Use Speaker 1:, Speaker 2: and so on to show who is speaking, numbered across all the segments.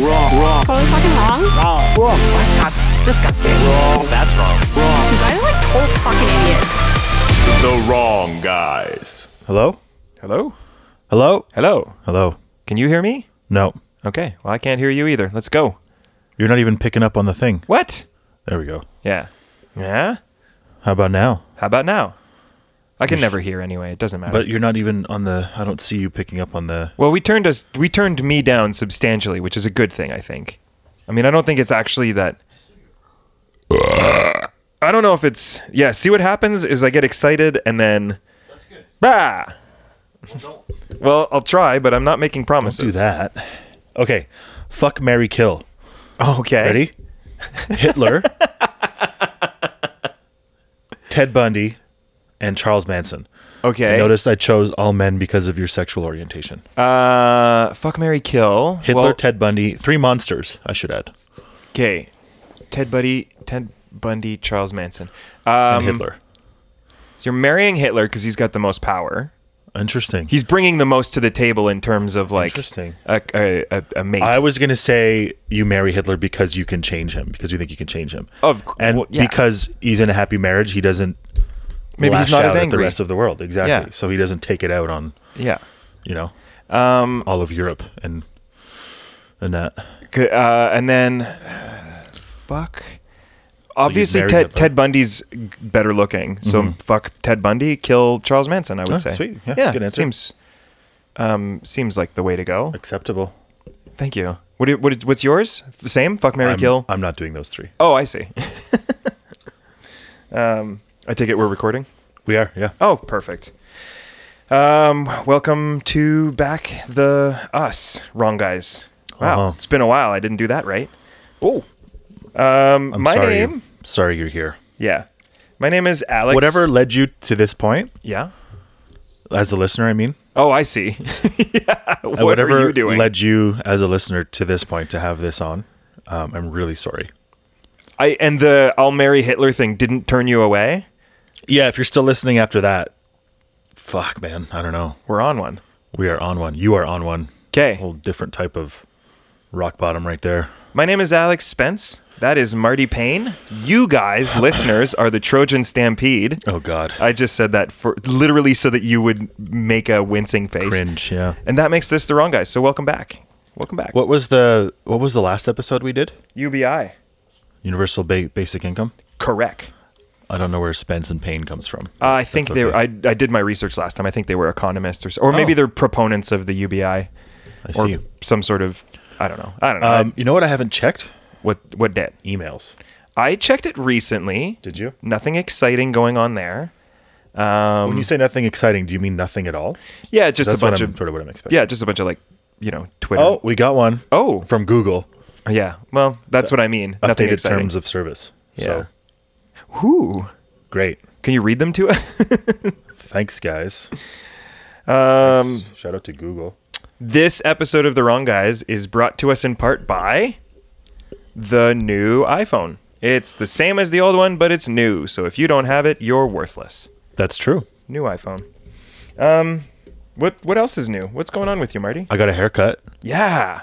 Speaker 1: Wrong. Wrong.
Speaker 2: Totally fucking wrong.
Speaker 1: Wrong. Wrong.
Speaker 2: That's disgusting.
Speaker 1: Wrong.
Speaker 3: That's wrong.
Speaker 2: You guys are like total fucking idiots.
Speaker 4: The wrong guys.
Speaker 5: Hello?
Speaker 3: Hello?
Speaker 5: Hello?
Speaker 3: Hello.
Speaker 5: Hello?
Speaker 3: Can you hear me?
Speaker 5: No.
Speaker 3: Okay. Well, I can't hear you either. Let's go.
Speaker 5: You're not even picking up on the thing.
Speaker 3: What?
Speaker 5: There we go.
Speaker 3: Yeah. Yeah?
Speaker 5: How about now?
Speaker 3: How about now? I can never hear anyway. It doesn't matter.
Speaker 5: But you're not even on the. I don't see you picking up on the.
Speaker 3: well, we turned us we turned me down substantially, which is a good thing, I think. I mean, I don't think it's actually that I don't know if it's yeah, see what happens is I get excited and then That's good. Bah! Well, I'll try, but I'm not making promises.
Speaker 5: Do that. Okay. Fuck Mary Kill.
Speaker 3: Okay.
Speaker 5: Ready? Hitler, Ted Bundy, and Charles Manson.
Speaker 3: Okay.
Speaker 5: I noticed I chose all men because of your sexual orientation.
Speaker 3: Uh, fuck Mary Kill.
Speaker 5: Hitler,
Speaker 3: Well,
Speaker 5: Ted Bundy, three monsters, I should add.
Speaker 3: Okay. Ted Bundy, Ted Bundy, Charles Manson.
Speaker 5: And
Speaker 3: Um,
Speaker 5: Hitler.
Speaker 3: So you're marrying Hitler because he's got the most power.
Speaker 5: Interesting.
Speaker 3: He's bringing the most to the table in terms of like
Speaker 5: Interesting.
Speaker 3: a a, a, a mate.
Speaker 5: I was gonna say you marry Hitler because you can change him because you think you can change him.
Speaker 3: Of c-
Speaker 5: and
Speaker 3: well, yeah.
Speaker 5: because he's in a happy marriage, he doesn't.
Speaker 3: Maybe he's
Speaker 5: lash
Speaker 3: not
Speaker 5: out
Speaker 3: as
Speaker 5: at
Speaker 3: angry.
Speaker 5: the rest of the world exactly.
Speaker 3: Yeah.
Speaker 5: So he doesn't take it out on
Speaker 3: yeah.
Speaker 5: you know um, all of Europe and and that.
Speaker 3: C- Uh, and then, uh, fuck. Obviously,
Speaker 5: married
Speaker 3: Ted
Speaker 5: Hitler. Mm-hmm.
Speaker 3: Ted Bundy's g- better looking. So fuck Ted Bundy, kill Charles Manson. I would
Speaker 5: Oh,
Speaker 3: say.
Speaker 5: sweet. Yeah, good answer.
Speaker 3: Seems um seems like the way to go.
Speaker 5: acceptable.
Speaker 3: Thank you. What, do you- what what's yours? F- Same. Fuck Mary
Speaker 5: I'm,
Speaker 3: Kill.
Speaker 5: I'm not doing those three.
Speaker 3: oh, I see. um, I take it we're recording.
Speaker 5: We are, yeah.
Speaker 3: Oh, perfect. Um, welcome to back the us wrong guys. Wow,
Speaker 5: Uh-huh.
Speaker 3: it's been a while. I didn't do that right. Oh, um,
Speaker 5: I'm
Speaker 3: my
Speaker 5: sorry.
Speaker 3: name.
Speaker 5: Sorry, you're here.
Speaker 3: Yeah, my name is Alex.
Speaker 5: Whatever led you to this point,
Speaker 3: Yeah.
Speaker 5: as a listener, I mean,
Speaker 3: Oh, I see. yeah. What
Speaker 5: Uh,
Speaker 3: are
Speaker 5: whatever
Speaker 3: you doing?
Speaker 5: led you as a listener to this point to have this on, um, I'm really sorry.
Speaker 3: I and the I'll marry Hitler thing didn't turn you away.
Speaker 5: Yeah, if you're still listening after that, fuck, man, I don't know.
Speaker 3: We're on one.
Speaker 5: We are on one. You are on one.
Speaker 3: Okay.
Speaker 5: Whole different type of rock bottom right there.
Speaker 3: My name is Alex Spence. That is Marty Payne. You guys, listeners, are the Trojan Stampede.
Speaker 5: Oh God,
Speaker 3: I just said that for literally so that you would make a wincing face.
Speaker 5: cringe. Yeah.
Speaker 3: And that makes this the wrong guy. So welcome back. Welcome back.
Speaker 5: What was the What was the last episode we did?
Speaker 3: UBI.
Speaker 5: Universal ba- basic income.
Speaker 3: Correct.
Speaker 5: I don't know where Spence and Payne comes from.
Speaker 3: Uh, I think
Speaker 5: Oh, That's
Speaker 3: they.
Speaker 5: okay.
Speaker 3: I I did my research last time. I think they were economists or s- or maybe
Speaker 5: Oh.
Speaker 3: they're proponents of the UBI
Speaker 5: I
Speaker 3: or
Speaker 5: see.
Speaker 3: some sort of. I don't know. I don't know.
Speaker 5: Um, you know what? I haven't checked
Speaker 3: what what debt?
Speaker 5: emails.
Speaker 3: I checked it recently.
Speaker 5: Did you?
Speaker 3: Nothing exciting going on there.
Speaker 5: when you say nothing exciting, do you mean nothing at all?
Speaker 3: Yeah, Um, just
Speaker 5: That's
Speaker 3: a
Speaker 5: what
Speaker 3: bunch
Speaker 5: I'm,
Speaker 3: of
Speaker 5: sort of what I'm expecting.
Speaker 3: yeah, just a bunch of like you know Twitter.
Speaker 5: Oh, we got one.
Speaker 3: Oh.
Speaker 5: from Google.
Speaker 3: yeah. Well, that's what I mean. Nothing
Speaker 5: updated
Speaker 3: exciting.
Speaker 5: terms of service.
Speaker 3: yeah.
Speaker 5: So
Speaker 3: Whew.
Speaker 5: great.
Speaker 3: Can you read them to us?
Speaker 5: Thanks, guys.
Speaker 3: um,
Speaker 5: Shout out to Google.
Speaker 3: This episode of The Wrong Guys is brought to us in part by the new iPhone. It's the same as the old one, but it's new. So if you don't have it, you're worthless.
Speaker 5: That's true.
Speaker 3: New iPhone. Um, what what else is new? What's going on with you, Marty?
Speaker 5: I got a haircut.
Speaker 3: Yeah,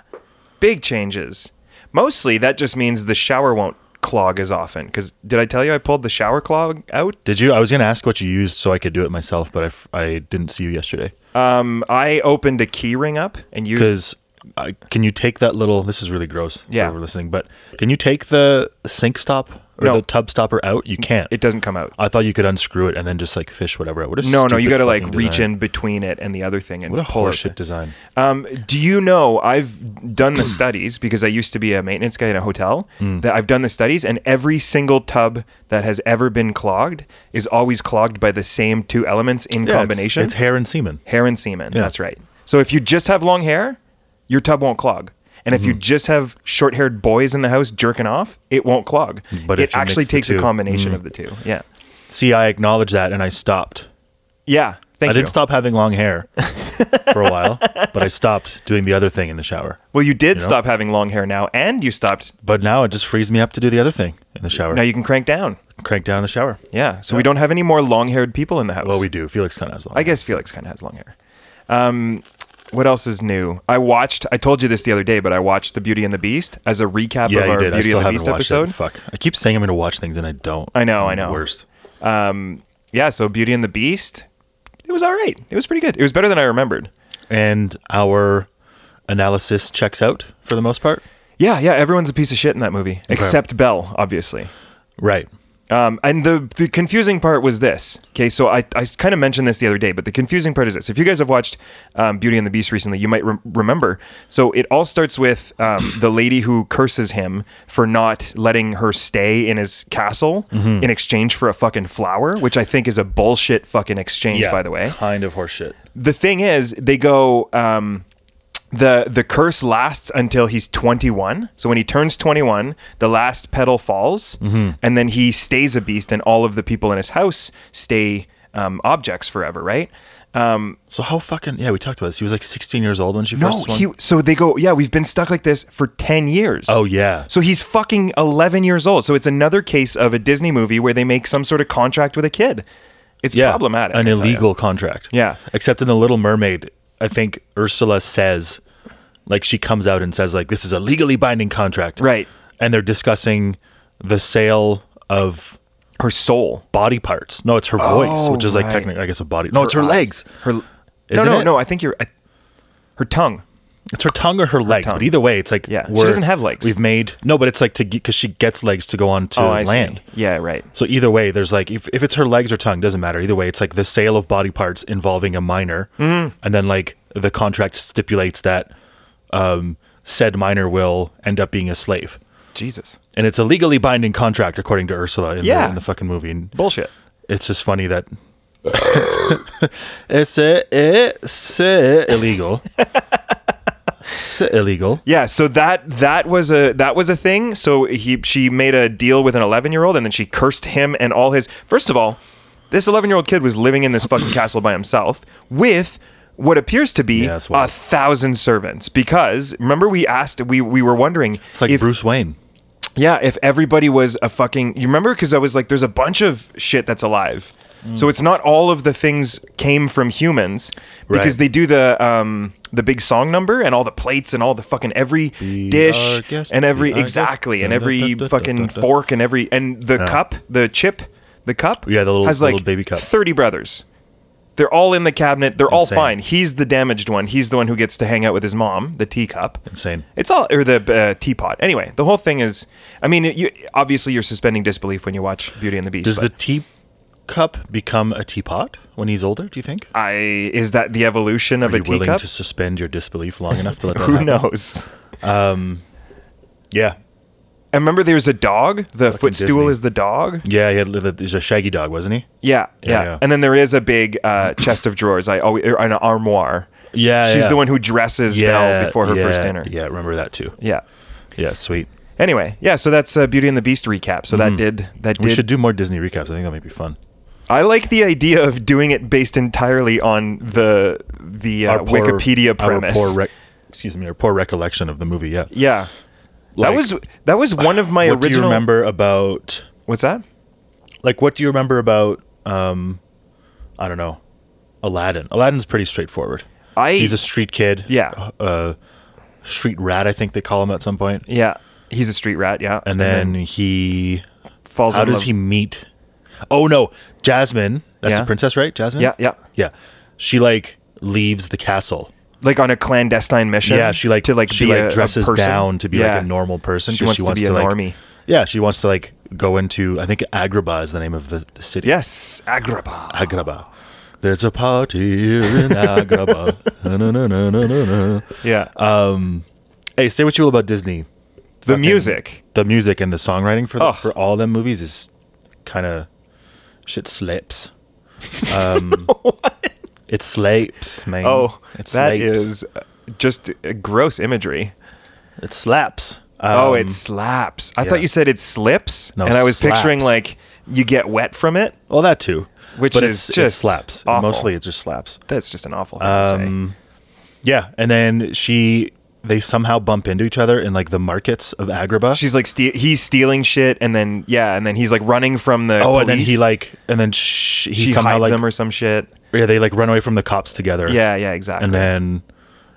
Speaker 3: big changes. Mostly that just means the shower won't clog as often. Because did I tell you I pulled the shower clog out?
Speaker 5: Did you? I was gonna ask what you used so I could do it myself, but I, f- I didn't see you yesterday.
Speaker 3: Um, I opened a key ring up and used.
Speaker 5: Because can you take that little? This is really gross.
Speaker 3: Yeah.
Speaker 5: We're listening, but can you take the sink stop or
Speaker 3: No.
Speaker 5: the tub stopper out? You can't.
Speaker 3: It doesn't come out.
Speaker 5: I thought you could unscrew it and then just like fish whatever out. What a
Speaker 3: No, no, you
Speaker 5: stupid
Speaker 3: got to like
Speaker 5: fucking
Speaker 3: reach
Speaker 5: design.
Speaker 3: in between it and the other thing and
Speaker 5: What a
Speaker 3: pull it.
Speaker 5: horseshit design.
Speaker 3: Um, do you know I've done the studies because I used to be a maintenance guy in a hotel
Speaker 5: Hmm.
Speaker 3: that I've done the studies and every single tub that has ever been clogged is always clogged by the same two elements
Speaker 5: Yeah,
Speaker 3: in
Speaker 5: it's-
Speaker 3: combination.
Speaker 5: It's, hair and semen.
Speaker 3: hair and semen.
Speaker 5: Yeah.
Speaker 3: That's right. So if you just have long hair, your tub won't clog. And if you
Speaker 5: Mm-hmm.
Speaker 3: just have short-haired boys in the house jerking off, it won't clog.
Speaker 5: But
Speaker 3: it
Speaker 5: if you mix
Speaker 3: actually
Speaker 5: the
Speaker 3: takes a
Speaker 5: two. Mm-hmm.
Speaker 3: combination of the two. Yeah.
Speaker 5: See, I acknowledge that and I stopped.
Speaker 3: Yeah. Thank
Speaker 5: I
Speaker 3: you.
Speaker 5: didn't stop having long hair for a while, but I stopped doing the other thing in the shower.
Speaker 3: Well, you did
Speaker 5: know?
Speaker 3: stop having long hair now, and you stopped.
Speaker 5: But now it just frees me up to do the other thing in the shower.
Speaker 3: Now you can crank down.
Speaker 5: crank down in the shower.
Speaker 3: Yeah. So we don't have any more long haired people in the house.
Speaker 5: Well, we do. Felix kind of has long.
Speaker 3: I guess Felix kind of has long hair. Um, What else is new? I watched. I told you this the other day, but I watched The Beauty and the Beast as a recap
Speaker 5: Yeah,
Speaker 3: of
Speaker 5: you
Speaker 3: our
Speaker 5: did. I
Speaker 3: Beauty
Speaker 5: still
Speaker 3: and the
Speaker 5: haven't
Speaker 3: Beast
Speaker 5: watched
Speaker 3: episode.
Speaker 5: it. Fuck. I keep saying I'm going to watch things and I don't.
Speaker 3: I know, I
Speaker 5: I'm the
Speaker 3: know.
Speaker 5: Worst.
Speaker 3: Um, yeah, so Beauty and the Beast, it was all right. It was pretty good. It was better than I remembered.
Speaker 5: And our analysis checks out for the most part.
Speaker 3: Yeah, yeah, everyone's a piece of shit in that movie except Belle, obviously.
Speaker 5: Right.
Speaker 3: Um, and the the confusing part was this. Okay, so I, I kind of mentioned this the other day, but the confusing part is this. If you guys have watched um, Beauty and the Beast recently, you might rem remember. So it all starts with um, the lady who curses him for not letting her stay in his castle in exchange for a fucking flower, which I think is a bullshit fucking exchange, by the way
Speaker 5: Kind of horseshit.
Speaker 3: the thing is they go um, the the curse lasts until he's 21 so when he turns 21 the last petal falls and then he stays a beast and all of the people in his house stay um, objects forever right um,
Speaker 5: So how fucking yeah? We talked about this. He was like 16 years old when she
Speaker 3: no
Speaker 5: first. swung-
Speaker 3: he so they go yeah we've been stuck like this for 10 years
Speaker 5: Oh yeah.
Speaker 3: so he's fucking 11 years old so it's another case of a disney movie where they make some sort of contract with a kid it's
Speaker 5: yeah,
Speaker 3: problematic I
Speaker 5: An
Speaker 3: tell ya.
Speaker 5: illegal contract.
Speaker 3: Yeah.
Speaker 5: Except in The Little Mermaid, I think Ursula says, like, she comes out and says, like, this is a legally binding contract.
Speaker 3: Right.
Speaker 5: And they're discussing the sale of
Speaker 3: her soul
Speaker 5: body parts. No, it's her voice, which is like
Speaker 3: Oh, right.
Speaker 5: technically, I guess, a body. No, it's her
Speaker 3: eyes.
Speaker 5: legs.
Speaker 3: Her
Speaker 5: Isn't
Speaker 3: no, no,
Speaker 5: it?
Speaker 3: no. I think you're I, her tongue.
Speaker 5: It's her tongue or her, legs.
Speaker 3: tongue.
Speaker 5: But either way, it's like,
Speaker 3: Yeah, she
Speaker 5: we're-
Speaker 3: doesn't have legs.
Speaker 5: We've made, no, but it's like to, because she gets legs to go on to
Speaker 3: Oh, I see.
Speaker 5: land.
Speaker 3: Yeah, right.
Speaker 5: So either way, there's like if, if it's her legs or tongue, doesn't matter. Either way, it's like the sale of body parts involving a minor,
Speaker 3: Mm-hmm.
Speaker 5: and then like the contract stipulates that um, said minor will end up being a slave,
Speaker 3: Jesus,
Speaker 5: and it's a legally binding contract according to Ursula in, the,
Speaker 3: Yeah.
Speaker 5: in the fucking movie. And
Speaker 3: bullshit.
Speaker 5: it's just funny that it's uh, it's uh, illegal, it's uh, illegal.
Speaker 3: Yeah. So that that was a that was a thing. So he she made a deal with an 11 year old, and then she cursed him and all his. First of all, this 11 year old kid was living in this fucking castle by himself with. What appears to be
Speaker 5: Yeah, that's
Speaker 3: a
Speaker 5: wild.
Speaker 3: thousand servants, because remember we asked, we we were wondering
Speaker 5: It's like
Speaker 3: if
Speaker 5: Bruce Wayne.
Speaker 3: Yeah, if everybody was a fucking you remember because I was like, there's a bunch of shit that's alive. So it's not all of the things came from humans because
Speaker 5: Right.
Speaker 3: they do the um the big song number and all the plates and all the fucking every
Speaker 5: our
Speaker 3: dish
Speaker 5: guest,
Speaker 3: and
Speaker 5: be
Speaker 3: every
Speaker 5: our guest.
Speaker 3: exactly and
Speaker 5: Da, da, da,
Speaker 3: every
Speaker 5: da, da, da,
Speaker 3: fucking
Speaker 5: da.
Speaker 3: fork and every and the cup the chip the cup
Speaker 5: Yeah, the little-
Speaker 3: has
Speaker 5: the
Speaker 3: like
Speaker 5: little baby cup.
Speaker 3: thirty brothers. They're all in the cabinet. They're all
Speaker 5: Insane.
Speaker 3: fine. He's the damaged one. He's the one who gets to hang out with his mom, the teacup.
Speaker 5: Insane.
Speaker 3: It's all or the uh, teapot. Anyway, the whole thing is. I mean, you obviously you're suspending disbelief when you watch Beauty and the Beast.
Speaker 5: Does the
Speaker 3: but
Speaker 5: tea cup become a teapot when he's older? Do you think?
Speaker 3: I is that the evolution of
Speaker 5: Are
Speaker 3: a
Speaker 5: you willing
Speaker 3: teacup?
Speaker 5: to suspend your disbelief long enough to let that
Speaker 3: Who
Speaker 5: happen?
Speaker 3: knows?
Speaker 5: Yeah,
Speaker 3: And remember, there's a dog. The footstool
Speaker 5: Disney.
Speaker 3: is the dog.
Speaker 5: yeah. He had the, he's a shaggy dog, wasn't he?
Speaker 3: Yeah, yeah.
Speaker 5: yeah.
Speaker 3: And then there is a big uh, chest of drawers. I always or an armoire.
Speaker 5: Yeah,
Speaker 3: she's
Speaker 5: yeah.
Speaker 3: the one who dresses Belle before her
Speaker 5: yeah,
Speaker 3: first dinner.
Speaker 5: Yeah, remember that too.
Speaker 3: Yeah.
Speaker 5: Yeah, sweet.
Speaker 3: Anyway, yeah. So that's uh, Beauty and the Beast recap. So that did that
Speaker 5: Mm. We
Speaker 3: did.
Speaker 5: should do more Disney recaps. I think that might be fun.
Speaker 3: I like the idea of doing it based entirely on the the uh,
Speaker 5: poor-
Speaker 3: Wikipedia
Speaker 5: our
Speaker 3: premise.
Speaker 5: poor rec- excuse me, our poor recollection of the movie. Yeah,
Speaker 3: Yeah.
Speaker 5: Like,
Speaker 3: that was that was one of my
Speaker 5: what
Speaker 3: original
Speaker 5: do you remember about?
Speaker 3: What's that?
Speaker 5: Like, what do you remember about? Um, I don't know. Aladdin. Aladdin's pretty straightforward.
Speaker 3: I-
Speaker 5: he's a street kid.
Speaker 3: Yeah.
Speaker 5: uh, street rat. I think they call him at some point.
Speaker 3: Yeah. He's a street rat, yeah.
Speaker 5: And then he
Speaker 3: falls
Speaker 5: How
Speaker 3: in
Speaker 5: does
Speaker 3: love.
Speaker 5: he meet? Oh no, Jasmine. That's
Speaker 3: Yeah.
Speaker 5: the princess, right? Jasmine.
Speaker 3: Yeah, yeah.
Speaker 5: yeah. She like leaves the castle.
Speaker 3: like on a clandestine mission.
Speaker 5: Yeah, she like
Speaker 3: to like
Speaker 5: she
Speaker 3: be
Speaker 5: like
Speaker 3: a- a
Speaker 5: dresses
Speaker 3: person?
Speaker 5: down to be
Speaker 3: Yeah.
Speaker 5: like a normal person.
Speaker 3: She
Speaker 5: 'cause
Speaker 3: wants to be a
Speaker 5: like,
Speaker 3: normie.
Speaker 5: Yeah, she wants to like go into I think Agrabah is the name of the, the city.
Speaker 3: Yes, Agrabah.
Speaker 5: Agrabah. There's a party here in Agrabah. Na, na, na, na, na, na.
Speaker 3: Yeah.
Speaker 5: Uh, Hey, say what you will about Disney.
Speaker 3: the music.
Speaker 5: The music and the songwriting for the,
Speaker 3: Oh.
Speaker 5: for all them movies is kind of shit slaps. Um, It slaps, man.
Speaker 3: Oh,
Speaker 5: it
Speaker 3: that
Speaker 5: slapes.
Speaker 3: is uh, just uh, gross imagery.
Speaker 5: it slaps.
Speaker 3: oh,
Speaker 5: Um,
Speaker 3: it slaps. I
Speaker 5: yeah.
Speaker 3: thought you said it slips,
Speaker 5: No,
Speaker 3: and I was picturing
Speaker 5: slaps.
Speaker 3: like you get wet from it.
Speaker 5: well that too,
Speaker 3: Which
Speaker 5: but
Speaker 3: is
Speaker 5: it's, it
Speaker 3: just
Speaker 5: slaps.
Speaker 3: awful.
Speaker 5: Mostly it just slaps.
Speaker 3: That's just an awful thing
Speaker 5: Um,
Speaker 3: to say.
Speaker 5: Yeah, and then she they somehow bump into each other in like the markets of Agrabah.
Speaker 3: She's like ste- he's stealing shit, and then yeah, and then he's like running from the.
Speaker 5: oh, and then he
Speaker 3: police.
Speaker 5: like and then sh- he
Speaker 3: she
Speaker 5: somehow
Speaker 3: hides
Speaker 5: like
Speaker 3: him or some shit.
Speaker 5: yeah they like run away from the cops together.
Speaker 3: Yeah, yeah, exactly.
Speaker 5: and then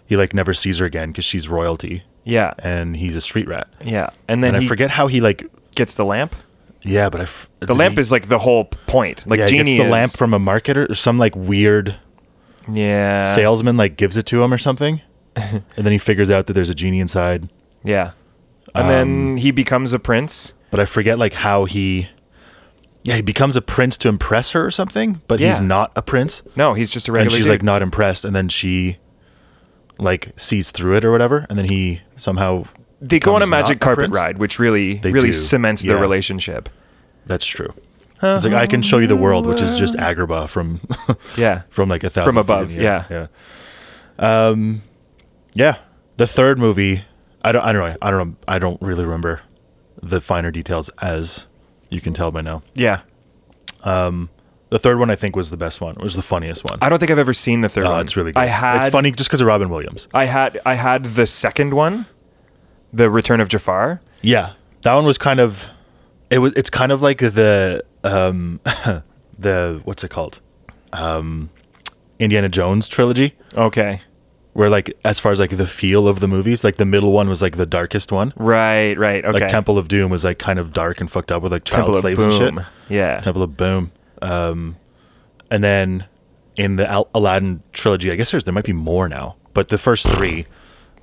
Speaker 5: he like never sees her again because she's royalty
Speaker 3: Yeah.
Speaker 5: and he's a street rat.
Speaker 3: Yeah. And then
Speaker 5: And I
Speaker 3: he
Speaker 5: forget how he like.
Speaker 3: gets the lamp.
Speaker 5: Yeah, but I. f-
Speaker 3: The
Speaker 5: did
Speaker 3: lamp
Speaker 5: he-
Speaker 3: is like the whole point. Like
Speaker 5: yeah, he
Speaker 3: genie
Speaker 5: gets the
Speaker 3: is-
Speaker 5: lamp from a marketer or some like weird
Speaker 3: yeah.
Speaker 5: salesman like gives it to him or something, and then he figures out that there's a genie inside.
Speaker 3: Yeah. And
Speaker 5: Um,
Speaker 3: then he becomes a prince.
Speaker 5: But I forget like how he. Yeah, he becomes a prince to impress her or something, but he's
Speaker 3: Yeah.
Speaker 5: not a prince.
Speaker 3: No, he's just a regular.
Speaker 5: and she's
Speaker 3: dude.
Speaker 5: like not impressed and then she like sees through it or whatever and then he somehow
Speaker 3: they go on a
Speaker 5: becomes not
Speaker 3: magic
Speaker 5: a
Speaker 3: carpet
Speaker 5: prince.
Speaker 3: ride, which really
Speaker 5: They
Speaker 3: really
Speaker 5: do,
Speaker 3: cements
Speaker 5: yeah.
Speaker 3: their relationship.
Speaker 5: that's true
Speaker 3: Uh-huh.
Speaker 5: it's like i can show you the world which is just agrabah from
Speaker 3: Yeah.
Speaker 5: from like a thousand
Speaker 3: From
Speaker 5: feet
Speaker 3: above,
Speaker 5: in the air. yeah um yeah the third movie i don't i don't know i don't know i don't really remember the finer details as you can tell by now
Speaker 3: Yeah.
Speaker 5: the third one i think was the best one was the funniest one
Speaker 3: I don't think I've ever seen the third one.
Speaker 5: Uh, it's really good
Speaker 3: I had
Speaker 5: it's funny just because of robin williams
Speaker 3: I had I had the second one, the Return of Jafar.
Speaker 5: Yeah, that one was kind of it was. It's kind of like the um the what's it called um Indiana Jones trilogy,
Speaker 3: Okay.
Speaker 5: where like as far as like the feel of the movies, like the middle one was like the darkest one.
Speaker 3: Right. Right. Okay.
Speaker 5: Like Temple of Doom was like kind of dark and fucked up with like child
Speaker 3: Temple
Speaker 5: slaves and shit.
Speaker 3: Yeah.
Speaker 5: Temple of Boom. Um, and then in the Al- Aladdin trilogy, I guess there's there might be more now, but the first three,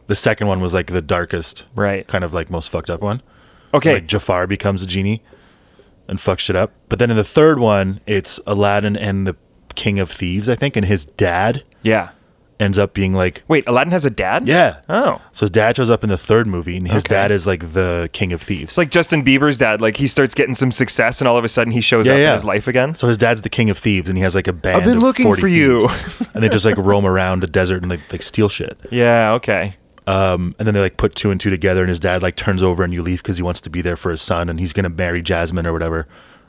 Speaker 5: the second one was like the darkest,
Speaker 3: Right.
Speaker 5: Kind of like most fucked up one.
Speaker 3: Okay.
Speaker 5: Like Jafar becomes a genie and fucks shit up. But then in the third one, it's Aladdin and the King of Thieves, I think, and his dad
Speaker 3: yeah.
Speaker 5: ends up being like,
Speaker 3: Wait, Aladdin has a dad?
Speaker 5: yeah.
Speaker 3: Oh.
Speaker 5: So his dad shows up in the third movie, and his
Speaker 3: Okay.
Speaker 5: dad is like the King of Thieves.
Speaker 3: It's like Justin Bieber's dad. Like he starts getting some success, and all of a sudden he shows up in his life again.
Speaker 5: So his dad's the King of Thieves, and he has like a band.
Speaker 3: been
Speaker 5: of
Speaker 3: looking
Speaker 5: 40
Speaker 3: for you.
Speaker 5: thieves. and they just like roam around the desert and like, like steal shit.
Speaker 3: yeah. Okay.
Speaker 5: Um, and then they like put two and two together, and his dad like turns over and you leave because he wants to be there for his son, and he's gonna marry Jasmine or whatever.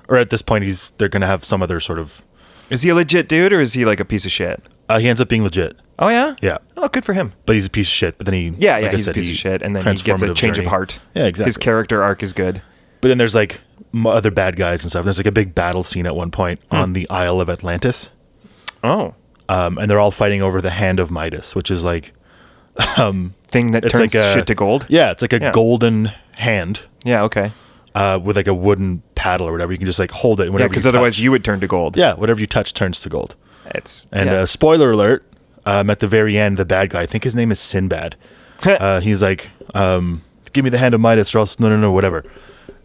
Speaker 5: Or at this point, he's they're gonna have some other sort of.
Speaker 3: Is he a legit dude, or is he like a piece of shit?
Speaker 5: Uh, he ends up being legit.
Speaker 3: Oh yeah.
Speaker 5: Yeah.
Speaker 3: Oh, good for him.
Speaker 5: but he's a piece of shit. But then he,
Speaker 3: Yeah, yeah,
Speaker 5: like I
Speaker 3: he's
Speaker 5: said,
Speaker 3: a piece
Speaker 5: he-
Speaker 3: of shit, and then he gets a
Speaker 5: transformative
Speaker 3: change
Speaker 5: journey.
Speaker 3: of heart.
Speaker 5: Yeah, exactly.
Speaker 3: His character arc is good.
Speaker 5: But then there's like m- other bad guys and stuff. There's like a big battle scene at one point
Speaker 3: Hmm.
Speaker 5: on the Isle of Atlantis,
Speaker 3: Oh,
Speaker 5: um, and they're all fighting over the hand of Midas, which is like
Speaker 3: thing that
Speaker 5: it's like
Speaker 3: turns
Speaker 5: a
Speaker 3: shit to gold.
Speaker 5: Yeah, it's like a
Speaker 3: Yeah.
Speaker 5: golden hand
Speaker 3: Yeah, okay.
Speaker 5: uh, with like a wooden paddle or whatever. You can just like hold it.
Speaker 3: Yeah,
Speaker 5: Whenever
Speaker 3: because otherwise
Speaker 5: touch.
Speaker 3: you would turn to gold.
Speaker 5: yeah, whatever you touch turns to gold.
Speaker 3: it's
Speaker 5: And
Speaker 3: yeah.
Speaker 5: uh, spoiler alert, um, at the very end, the bad guy, I think his name is Sinbad. uh, he's like, um, give me the hand of Midas or else, no, no, no, whatever.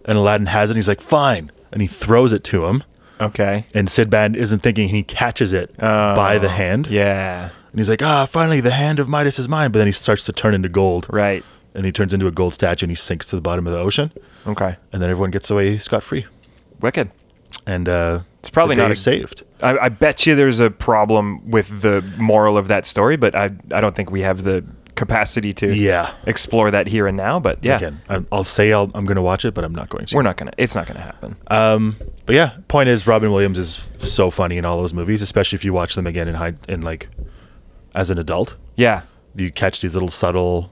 Speaker 5: And Aladdin has it. And he's like, fine. And he throws it to him.
Speaker 3: okay.
Speaker 5: And Sinbad isn't thinking. He catches it by the hand.
Speaker 3: Oh, Yeah,
Speaker 5: And he's like, ah, finally, the hand of Midas is mine. But then he starts to turn into gold.
Speaker 3: right.
Speaker 5: And he turns into a gold statue and he sinks to the bottom of the ocean.
Speaker 3: Okay,
Speaker 5: And then everyone gets away scot free.
Speaker 3: wicked.
Speaker 5: And uh,
Speaker 3: It's probably
Speaker 5: the day
Speaker 3: not a-
Speaker 5: is saved.
Speaker 3: I, I bet you there's a problem with the moral of that story, but I I don't think we have the capacity to
Speaker 5: Yeah.
Speaker 3: explore that here and now. But yeah,
Speaker 5: Again, I- I'll say I'll, I'm going to watch it, but I'm not going to.
Speaker 3: we're not gonna. It's not gonna happen.
Speaker 5: Uh, But yeah, point is Robin Williams is so funny in all those movies, especially if you watch them again in high in like as an adult.
Speaker 3: yeah.
Speaker 5: You catch these little subtle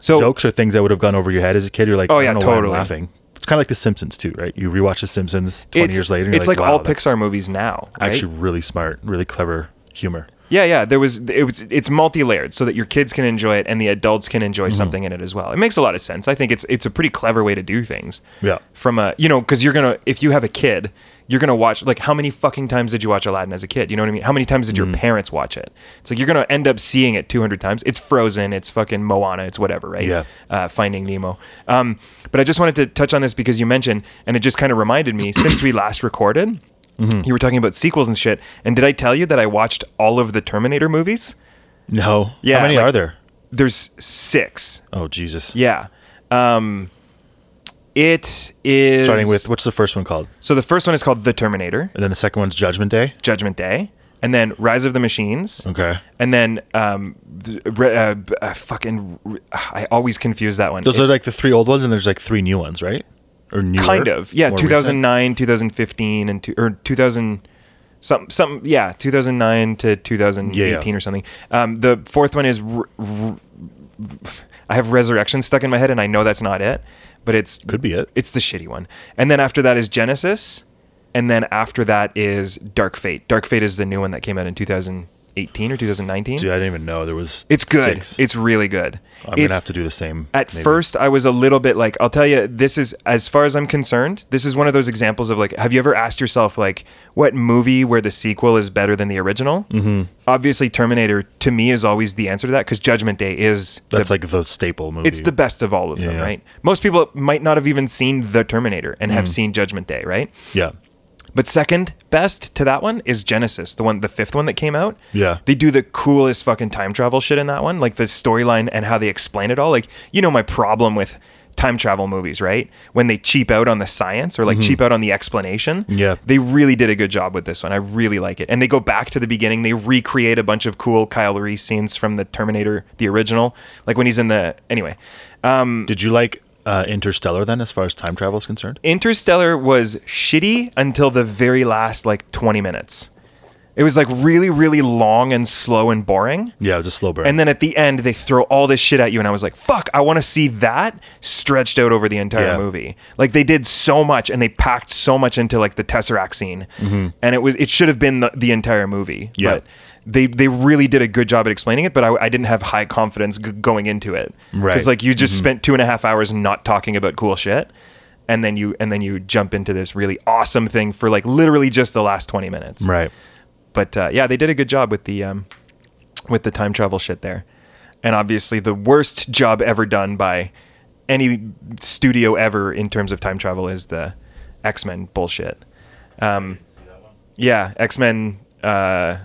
Speaker 3: So
Speaker 5: jokes or things that would have gone over your head as a kid. You're like,
Speaker 3: Oh,
Speaker 5: I
Speaker 3: yeah,
Speaker 5: don't know why I'm
Speaker 3: totally.
Speaker 5: laughing. It's kind of like The Simpsons too, right? You rewatch The Simpsons 20
Speaker 3: it's,
Speaker 5: years later. And you're
Speaker 3: it's like,
Speaker 5: wow,
Speaker 3: all
Speaker 5: that's
Speaker 3: Pixar movies now. right?
Speaker 5: Actually, really smart, really clever humor.
Speaker 3: Yeah, yeah. There was it was it's multi-layered so that your kids can enjoy it and the adults can enjoy something in it as well. It makes a lot of sense. I think it's it's a pretty clever way to do things.
Speaker 5: Yeah.
Speaker 3: From a you know because you're gonna if you have a kid you're gonna watch like how many fucking times did you watch Aladdin as a kid? You know what I mean? How many times did your parents watch it? It's like you're gonna end up seeing it 200 times. It's Frozen. It's fucking Moana. It's whatever, right?
Speaker 5: Yeah.
Speaker 3: uh, Finding Nemo. Um, but I just wanted to touch on this because you mentioned, and it just kind of reminded me since we last recorded,
Speaker 5: Mm-hmm.
Speaker 3: you were talking about sequels and shit. And did I tell you that I watched all of the Terminator movies?
Speaker 5: No,
Speaker 3: Yeah,
Speaker 5: How many
Speaker 3: like-
Speaker 5: are there?
Speaker 3: There's six.
Speaker 5: Oh Jesus!
Speaker 3: Yeah. Um, it is
Speaker 5: Starting with what's the first one called,
Speaker 3: So the first one is called The Terminator,
Speaker 5: and then the second one's Judgment Day.
Speaker 3: Judgment Day, and then Rise of the Machines.
Speaker 5: Okay.
Speaker 3: And then, um, the, re- uh, b- uh, fucking, re- I always confuse that one.
Speaker 5: Those are
Speaker 3: It's-
Speaker 5: like the three old ones, and there's like three new ones, right? Or newer,
Speaker 3: kind of yeah
Speaker 5: more recent?
Speaker 3: 2009 2015 and two, or 2000 some some yeah 2009 to 2018
Speaker 5: Yeah, yeah.
Speaker 3: or something um the fourth one is r- r- i have resurrection stuck in my head and i know that's not it but it's
Speaker 5: Could be it.
Speaker 3: it's the shitty one and then after that is genesis and then after that is dark fate dark fate is the new one that came out in 2000 2018 or 2019.
Speaker 5: Dude, I didn't even know there was.
Speaker 3: It's good.
Speaker 5: Six.
Speaker 3: It's really good.
Speaker 5: I'm
Speaker 3: it's,
Speaker 5: gonna have to do the same.
Speaker 3: At
Speaker 5: maybe.
Speaker 3: first, I was a little bit like, I'll tell you, this is, as far as I'm concerned, this is one of those examples of like, have you ever asked yourself, like, what movie where the sequel is better than the original? Mm-hmm. Obviously, Terminator to me is always the answer to that because Judgment Day is the
Speaker 5: that's like the staple movie.
Speaker 3: it's the best of all of them,
Speaker 5: Yeah.
Speaker 3: right? Most people might not have even seen The Terminator and
Speaker 5: Mm.
Speaker 3: have seen Judgment Day, right?
Speaker 5: yeah.
Speaker 3: But second best to that one is Genesis, the one, the fifth one that came out.
Speaker 5: Yeah.
Speaker 3: they do the coolest fucking time travel shit in that one, like the storyline and how they explain it all. Like you know my problem with time travel movies, right? When they cheap out on the science or like cheap out on the explanation.
Speaker 5: Mm-hmm. Yeah.
Speaker 3: they really did a good job with this one. I really like it, and they go back to the beginning. They recreate a bunch of cool Kyle Reese scenes from the Terminator, the original, like when he's in the anyway. Mm.
Speaker 5: Did you like uh, Interstellar then, as far as time travel is concerned?
Speaker 3: Interstellar was shitty until the very last like 20 minutes. It was like really, really long and slow and boring.
Speaker 5: Yeah, it was a slow burn.
Speaker 3: And then at the end, they throw all this shit at you, and I was like, "Fuck! I want to see that stretched out over the entire
Speaker 5: Yeah.
Speaker 3: movie." Like they did so much, and they packed so much into like the tesseract scene, and it was it should have been the, the entire movie.
Speaker 5: Mm-hmm. Yeah.
Speaker 3: But they they really did a good job at explaining it, but I, I didn't have high confidence g- going into it,
Speaker 5: Right. Mm-hmm.
Speaker 3: Because like you just spent two and a half hours not talking about cool shit, and then you and then you jump into this really awesome thing for like literally just the last twenty minutes,
Speaker 5: right.
Speaker 3: but uh, yeah, they did a good job with the um, with the time travel shit there, and obviously the worst job ever done by any studio ever in terms of time travel is the X Men bullshit. Um, yeah, X Men uh,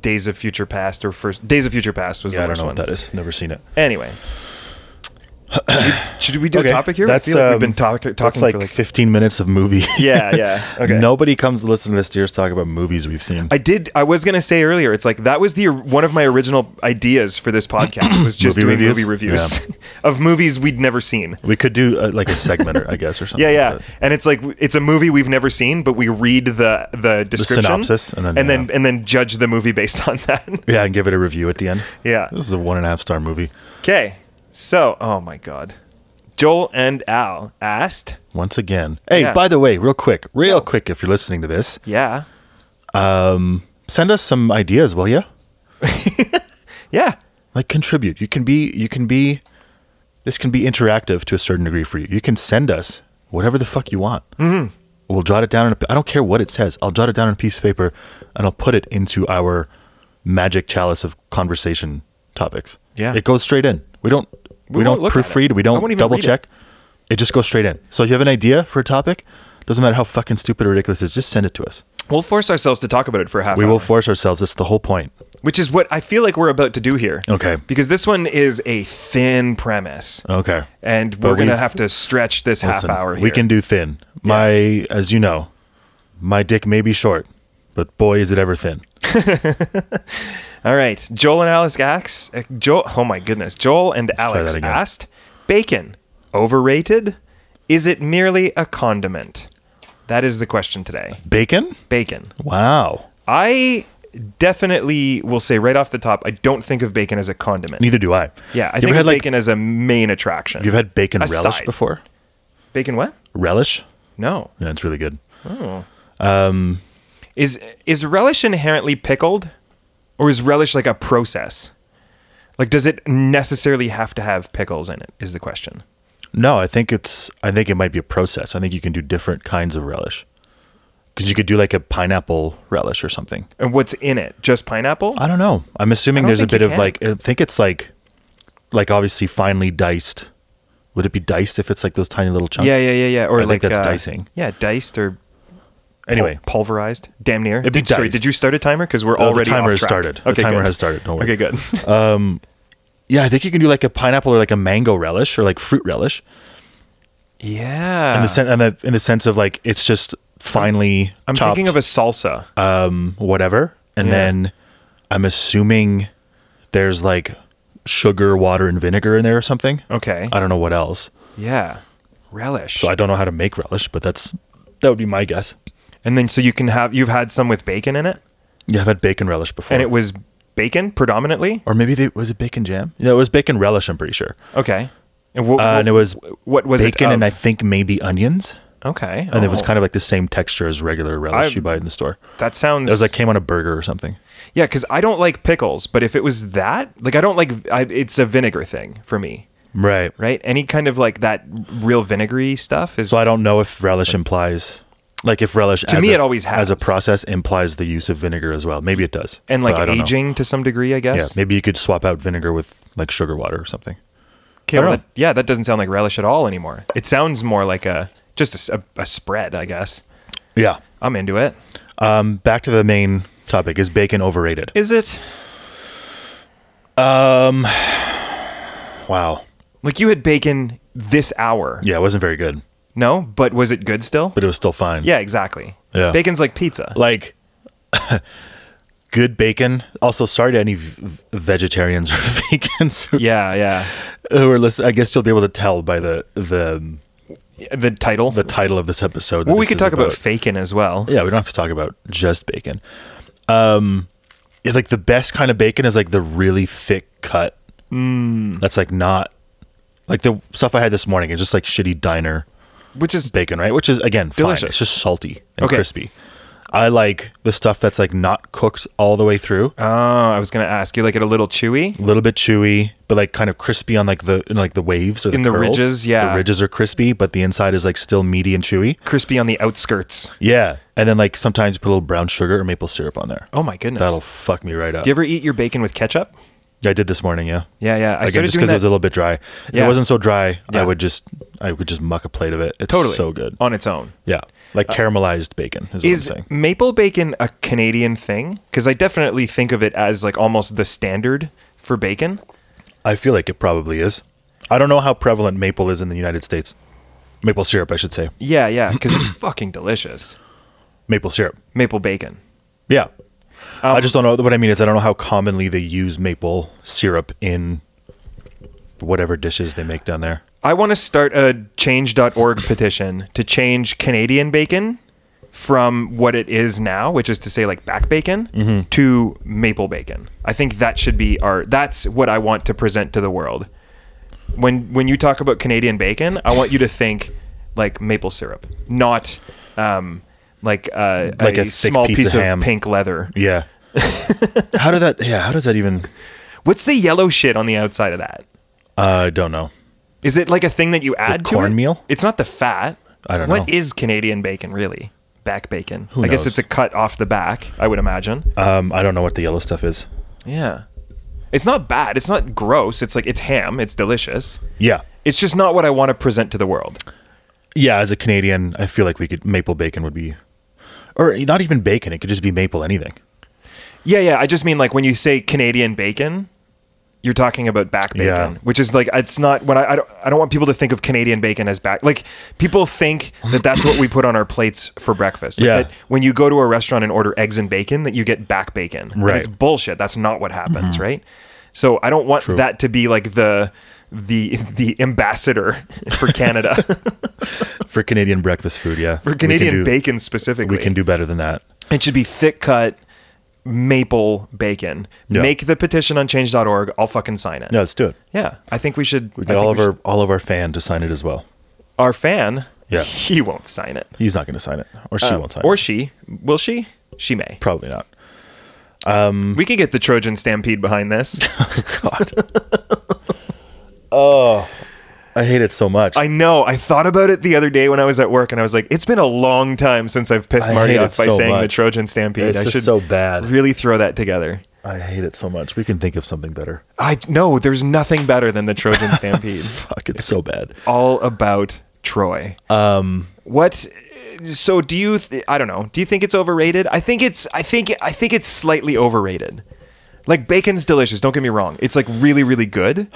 Speaker 3: Days of Future Past or first Days of Future Past was
Speaker 5: Yeah,
Speaker 3: the
Speaker 5: I don't
Speaker 3: worst
Speaker 5: know
Speaker 3: one.
Speaker 5: what that is. Never seen it.
Speaker 3: Anyway. should, should we do
Speaker 5: Okay,
Speaker 3: a topic here?
Speaker 5: that's,
Speaker 3: I feel like
Speaker 5: um,
Speaker 3: we've been talk- talking
Speaker 5: That's like,
Speaker 3: for like
Speaker 5: 15 minutes of movie.
Speaker 3: yeah, yeah. Okay.
Speaker 5: Nobody comes to listen to this to hear us talk about movies we've seen.
Speaker 3: I did. I was gonna say earlier. It's like that was the one of my original ideas for this podcast was just
Speaker 5: Movie
Speaker 3: doing
Speaker 5: reviews?
Speaker 3: movie reviews of movies we'd never seen.
Speaker 5: we could do uh, like a segment, or, I guess, or something.
Speaker 3: Yeah, yeah.
Speaker 5: like that.
Speaker 3: And it's like it's a movie we've never seen, but we read the the description,
Speaker 5: synopsis, and then-
Speaker 3: and then,
Speaker 5: yeah.
Speaker 3: and then judge the movie based on that.
Speaker 5: Yeah, and give it a review at the end.
Speaker 3: Yeah.
Speaker 5: This is a one and a half star movie.
Speaker 3: Okay. So, oh my god, Joel and Al asked.
Speaker 5: Once again. Hey,
Speaker 3: Yeah.
Speaker 5: by the way, real quick, real quick, if you're listening to this,
Speaker 3: Yeah.
Speaker 5: send us some ideas, will you?
Speaker 3: Yeah.
Speaker 5: like contribute you can be you can be this can be interactive to a certain degree for you you can send us whatever the fuck you want mm-hmm. we'll jot it down in a, i don't care what it says i'll jot it down on a piece of paper and i'll put it into our magic chalice of conversation topics
Speaker 3: Yeah.
Speaker 5: it goes straight in we don't we,
Speaker 3: won't
Speaker 5: don't
Speaker 3: look at
Speaker 5: proofread
Speaker 3: it.
Speaker 5: we
Speaker 3: I
Speaker 5: don't
Speaker 3: won't even
Speaker 5: double
Speaker 3: read it.
Speaker 5: check it. just goes straight in so if you have an idea for a topic doesn't matter how fucking stupid or ridiculous it is just send it to us
Speaker 3: We'll force ourselves to talk about it for a half.
Speaker 5: we
Speaker 3: hour.
Speaker 5: will force ourselves that's the whole point
Speaker 3: which is what I feel like we're about to do here.
Speaker 5: Okay.
Speaker 3: Because this one is a thin premise.
Speaker 5: okay
Speaker 3: And
Speaker 5: But
Speaker 3: we're going to
Speaker 5: we've-
Speaker 3: have to stretch this half
Speaker 5: Listen,
Speaker 3: hour here.
Speaker 5: We can do thin. My, as you know, my dick may be short, but boy, is it ever thin.
Speaker 3: All right. Joel and Alice asked, uh, Joel, oh my goodness. Joel and Alex
Speaker 5: that again.
Speaker 3: asked, bacon, overrated? Is it merely a condiment? That is the question today.
Speaker 5: Bacon?
Speaker 3: Bacon.
Speaker 5: Wow.
Speaker 3: I definitely will say right off the top, I don't think of bacon as a condiment.
Speaker 5: Neither do I.
Speaker 3: Yeah, I
Speaker 5: you
Speaker 3: think
Speaker 5: ever had
Speaker 3: of
Speaker 5: like
Speaker 3: bacon as a main attraction.
Speaker 5: you've had bacon
Speaker 3: a
Speaker 5: relish
Speaker 3: side.
Speaker 5: before.
Speaker 3: bacon what?
Speaker 5: Relish?
Speaker 3: No.
Speaker 5: Yeah, it's really good.
Speaker 3: Is is relish inherently pickled, or is relish like a process? Like, does it necessarily have to have pickles in it? Is the question.
Speaker 5: No, I think it's. I think it might be a process. I think you can do different kinds of relish, because you could do like a pineapple relish or something.
Speaker 3: And what's in it? Just pineapple?
Speaker 5: I don't know. I'm assuming
Speaker 3: I don't
Speaker 5: there's a
Speaker 3: think you
Speaker 5: bit of
Speaker 3: can.
Speaker 5: like. I think it's like, like obviously finely diced. Would it be diced if it's like those tiny little chunks?
Speaker 3: yeah, yeah, yeah, yeah. Or
Speaker 5: I think
Speaker 3: like
Speaker 5: that's
Speaker 3: uh,
Speaker 5: dicing.
Speaker 3: Yeah, diced or pul-
Speaker 5: Anyway,
Speaker 3: pulverized. Damn near.
Speaker 5: be
Speaker 3: Did, sorry,
Speaker 5: diced.
Speaker 3: did you start a timer? Because we're
Speaker 5: the
Speaker 3: already
Speaker 5: timer
Speaker 3: off
Speaker 5: has
Speaker 3: track.
Speaker 5: started. The timer has started. Don't worry. Uh,
Speaker 3: Okay, good.
Speaker 5: Yeah, I think you can do like a pineapple or like a mango relish or like fruit relish.
Speaker 3: yeah.
Speaker 5: In the sen- and the, in the sense of like it's just finely
Speaker 3: I'm
Speaker 5: chopped, Uh,
Speaker 3: thinking of a salsa.
Speaker 5: whatever, and
Speaker 3: Yeah.
Speaker 5: then I'm assuming there's like sugar, water, and vinegar in there or something.
Speaker 3: okay.
Speaker 5: I don't know what else.
Speaker 3: yeah. Relish.
Speaker 5: uh, So I don't know how to make relish, but that's that would be my guess.
Speaker 3: and then so you can have you've had some with bacon in it,
Speaker 5: Yeah, I've had bacon relish before,
Speaker 3: and it was bacon predominantly.
Speaker 5: or maybe they, was it bacon jam? Yeah, it was bacon relish. I'm pretty sure,
Speaker 3: Okay. And, wh-
Speaker 5: uh, and it was
Speaker 3: what was
Speaker 5: bacon
Speaker 3: it?
Speaker 5: and I
Speaker 3: of?
Speaker 5: think maybe onions.
Speaker 3: Okay.
Speaker 5: and it was
Speaker 3: Oh.
Speaker 5: kind of like the same texture as regular relish
Speaker 3: I-
Speaker 5: you buy in the store.
Speaker 3: That sounds.
Speaker 5: It was like came on a burger or something.
Speaker 3: yeah, because I don't like pickles, but if it was that, like I don't like, I, it's a vinegar thing for me,
Speaker 5: Right.
Speaker 3: right? Any kind of like that real vinegary stuff is.
Speaker 5: So I don't know if relish implies, like if relish to as
Speaker 3: me
Speaker 5: a,
Speaker 3: it always
Speaker 5: as a
Speaker 3: has.
Speaker 5: process implies the use of vinegar as well. Maybe it does.
Speaker 3: and
Speaker 5: but I
Speaker 3: like
Speaker 5: don't know.
Speaker 3: aging to some degree, I
Speaker 5: Yeah,
Speaker 3: guess.
Speaker 5: maybe you could swap out vinegar with like sugar water or something.
Speaker 3: Okay,
Speaker 5: I don't
Speaker 3: well,
Speaker 5: know.
Speaker 3: that- yeah, that doesn't sound like relish at all anymore. It sounds more like a just a s- a, a spread, I guess.
Speaker 5: Yeah.
Speaker 3: I'm into it.
Speaker 5: Back to the main topic: Is bacon overrated?
Speaker 3: Is it
Speaker 5: wow.
Speaker 3: like you had bacon this hour?
Speaker 5: Yeah, it wasn't very good,
Speaker 3: No, but was it good still?
Speaker 5: but it was still fine.
Speaker 3: yeah, exactly.
Speaker 5: Yeah.
Speaker 3: Bacon's like pizza.
Speaker 5: Like good bacon. Also, sorry to any v- vegetarians or vegans who,
Speaker 3: yeah, yeah.
Speaker 5: who are listening. I guess you'll be able to tell by the the
Speaker 3: The title.
Speaker 5: the title of this episode. that
Speaker 3: well, we
Speaker 5: this
Speaker 3: could
Speaker 5: is
Speaker 3: talk about, faking as well.
Speaker 5: yeah, we don't have to talk about just bacon. Um, it- like the best kind of bacon is like the really thick cut. Mm. That's like not like the stuff I had this morning. It's just like shitty diner
Speaker 3: which is
Speaker 5: bacon, right? Which is again fine.
Speaker 3: Delicious.
Speaker 5: It's just salty and
Speaker 3: Okay.
Speaker 5: crispy. I like the stuff that's like not cooked all the way through.
Speaker 3: oh, I was gonna ask you like it a little chewy.
Speaker 5: a little bit chewy, but like kind of crispy on like the in like the waves or the
Speaker 3: In the
Speaker 5: curls.
Speaker 3: ridges, yeah.
Speaker 5: The ridges are crispy, but the inside is like still meaty and chewy.
Speaker 3: crispy on the outskirts.
Speaker 5: Yeah, and then like sometimes put a little brown sugar or maple syrup on there.
Speaker 3: Oh my goodness.
Speaker 5: That'll fuck me right up.
Speaker 3: Do you ever eat your bacon with ketchup?
Speaker 5: I did this morning, yeah.
Speaker 3: Yeah, yeah. I
Speaker 5: Again,
Speaker 3: started
Speaker 5: just
Speaker 3: doing
Speaker 5: because
Speaker 3: that
Speaker 5: it was a little bit dry. If
Speaker 3: Yeah.
Speaker 5: it wasn't so dry,
Speaker 3: Yeah.
Speaker 5: I would just I would just muck a plate of it. It's
Speaker 3: totally
Speaker 5: so good.
Speaker 3: on its own.
Speaker 5: yeah, like caramelized bacon is,
Speaker 3: Is
Speaker 5: what I'm saying.
Speaker 3: maple bacon a Canadian thing? Because I definitely think of it as like almost the standard for bacon.
Speaker 5: I feel like it probably is. I don't know how prevalent maple is in the United States. Maple syrup, I should say.
Speaker 3: Yeah, yeah. Because it's fucking delicious.
Speaker 5: Maple syrup.
Speaker 3: Maple bacon.
Speaker 5: Yeah. I
Speaker 3: Um,
Speaker 5: just don't know. What I mean is, I don't know how commonly they use maple syrup in whatever dishes they make down there.
Speaker 3: I want to start a change.org petition to change Canadian bacon from what it is now, which is to say like back bacon
Speaker 5: Mm-hmm.
Speaker 3: to maple bacon. I think that should be our that's what I want to present to the world. When when you talk about Canadian bacon, I want you to think like maple syrup, not um like uh,
Speaker 5: Like
Speaker 3: a,
Speaker 5: a thick
Speaker 3: small
Speaker 5: piece
Speaker 3: piece,
Speaker 5: of
Speaker 3: of,
Speaker 5: ham.
Speaker 3: pink leather.
Speaker 5: Yeah. how did that? Yeah. How does that even?
Speaker 3: What's the yellow shit on the outside of that?
Speaker 5: I don't know.
Speaker 3: Is it like a thing that you add to
Speaker 5: cornmeal?
Speaker 3: It? It's not the fat.
Speaker 5: I don't
Speaker 3: What
Speaker 5: know.
Speaker 3: is Canadian bacon really? Back bacon. I guess
Speaker 5: knows?
Speaker 3: it's a cut off the back. I would imagine.
Speaker 5: Um, I don't know what the yellow stuff is.
Speaker 3: yeah, it's not bad. It's not gross. It's like it's ham. It's delicious.
Speaker 5: Yeah.
Speaker 3: It's just not what I want to present to the world.
Speaker 5: Yeah. As a Canadian, I feel like we could maple bacon would be, or not even bacon. It could just be maple anything.
Speaker 3: Yeah, yeah. I just mean like when you say Canadian bacon, you're talking about back bacon,
Speaker 5: Yeah.
Speaker 3: which is like it's not when I I don't, I don't want people to think of Canadian bacon as back. Like people think that that's what we put on our plates for breakfast. Like,
Speaker 5: Yeah.
Speaker 3: That when you go to a restaurant and order eggs and bacon, that you get back bacon. And
Speaker 5: Right. Mm-hmm.
Speaker 3: it's bullshit. That's not what happens, right? So I don't want that to be like the the the ambassador for Canada
Speaker 5: For Canadian breakfast food, yeah.
Speaker 3: for Canadian bacon specifically.
Speaker 5: we can do better than that.
Speaker 3: It should be thick cut maple bacon.
Speaker 5: Yeah.
Speaker 3: Make the petition on change.org. I'll fucking sign it.
Speaker 5: Yeah, let's do it.
Speaker 3: Yeah. I think we should.
Speaker 5: We get all of our all of our fan to sign it as well.
Speaker 3: our fan.
Speaker 5: Yeah.
Speaker 3: He won't sign it.
Speaker 5: He's not going to sign it, or she won't sign
Speaker 3: Oh. Or
Speaker 5: it.
Speaker 3: she. Will she? She may.
Speaker 5: Probably not. Mm-hmm.
Speaker 3: We could get the Trojan stampede behind this.
Speaker 5: Oh, I hate it so much.
Speaker 3: I know. I thought about it the other day when I was at work and I was like, it's been a long time since I've pissed
Speaker 5: I
Speaker 3: Marty
Speaker 5: hate
Speaker 3: off
Speaker 5: it
Speaker 3: by
Speaker 5: so
Speaker 3: saying the
Speaker 5: much.
Speaker 3: Trojan stampede.
Speaker 5: It's
Speaker 3: I
Speaker 5: just
Speaker 3: should
Speaker 5: so bad.
Speaker 3: really throw that together.
Speaker 5: I hate it so much. We can think of something better.
Speaker 3: I no, there's nothing better than the Trojan stampede.
Speaker 5: Fuck, it's so bad.
Speaker 3: all about Troy. Um, what? So do you? Th- I don't know. Do you think it's overrated? I think it's. I think. I think it's slightly overrated. Like bacon's delicious. Don't get me wrong. It's like really, really good,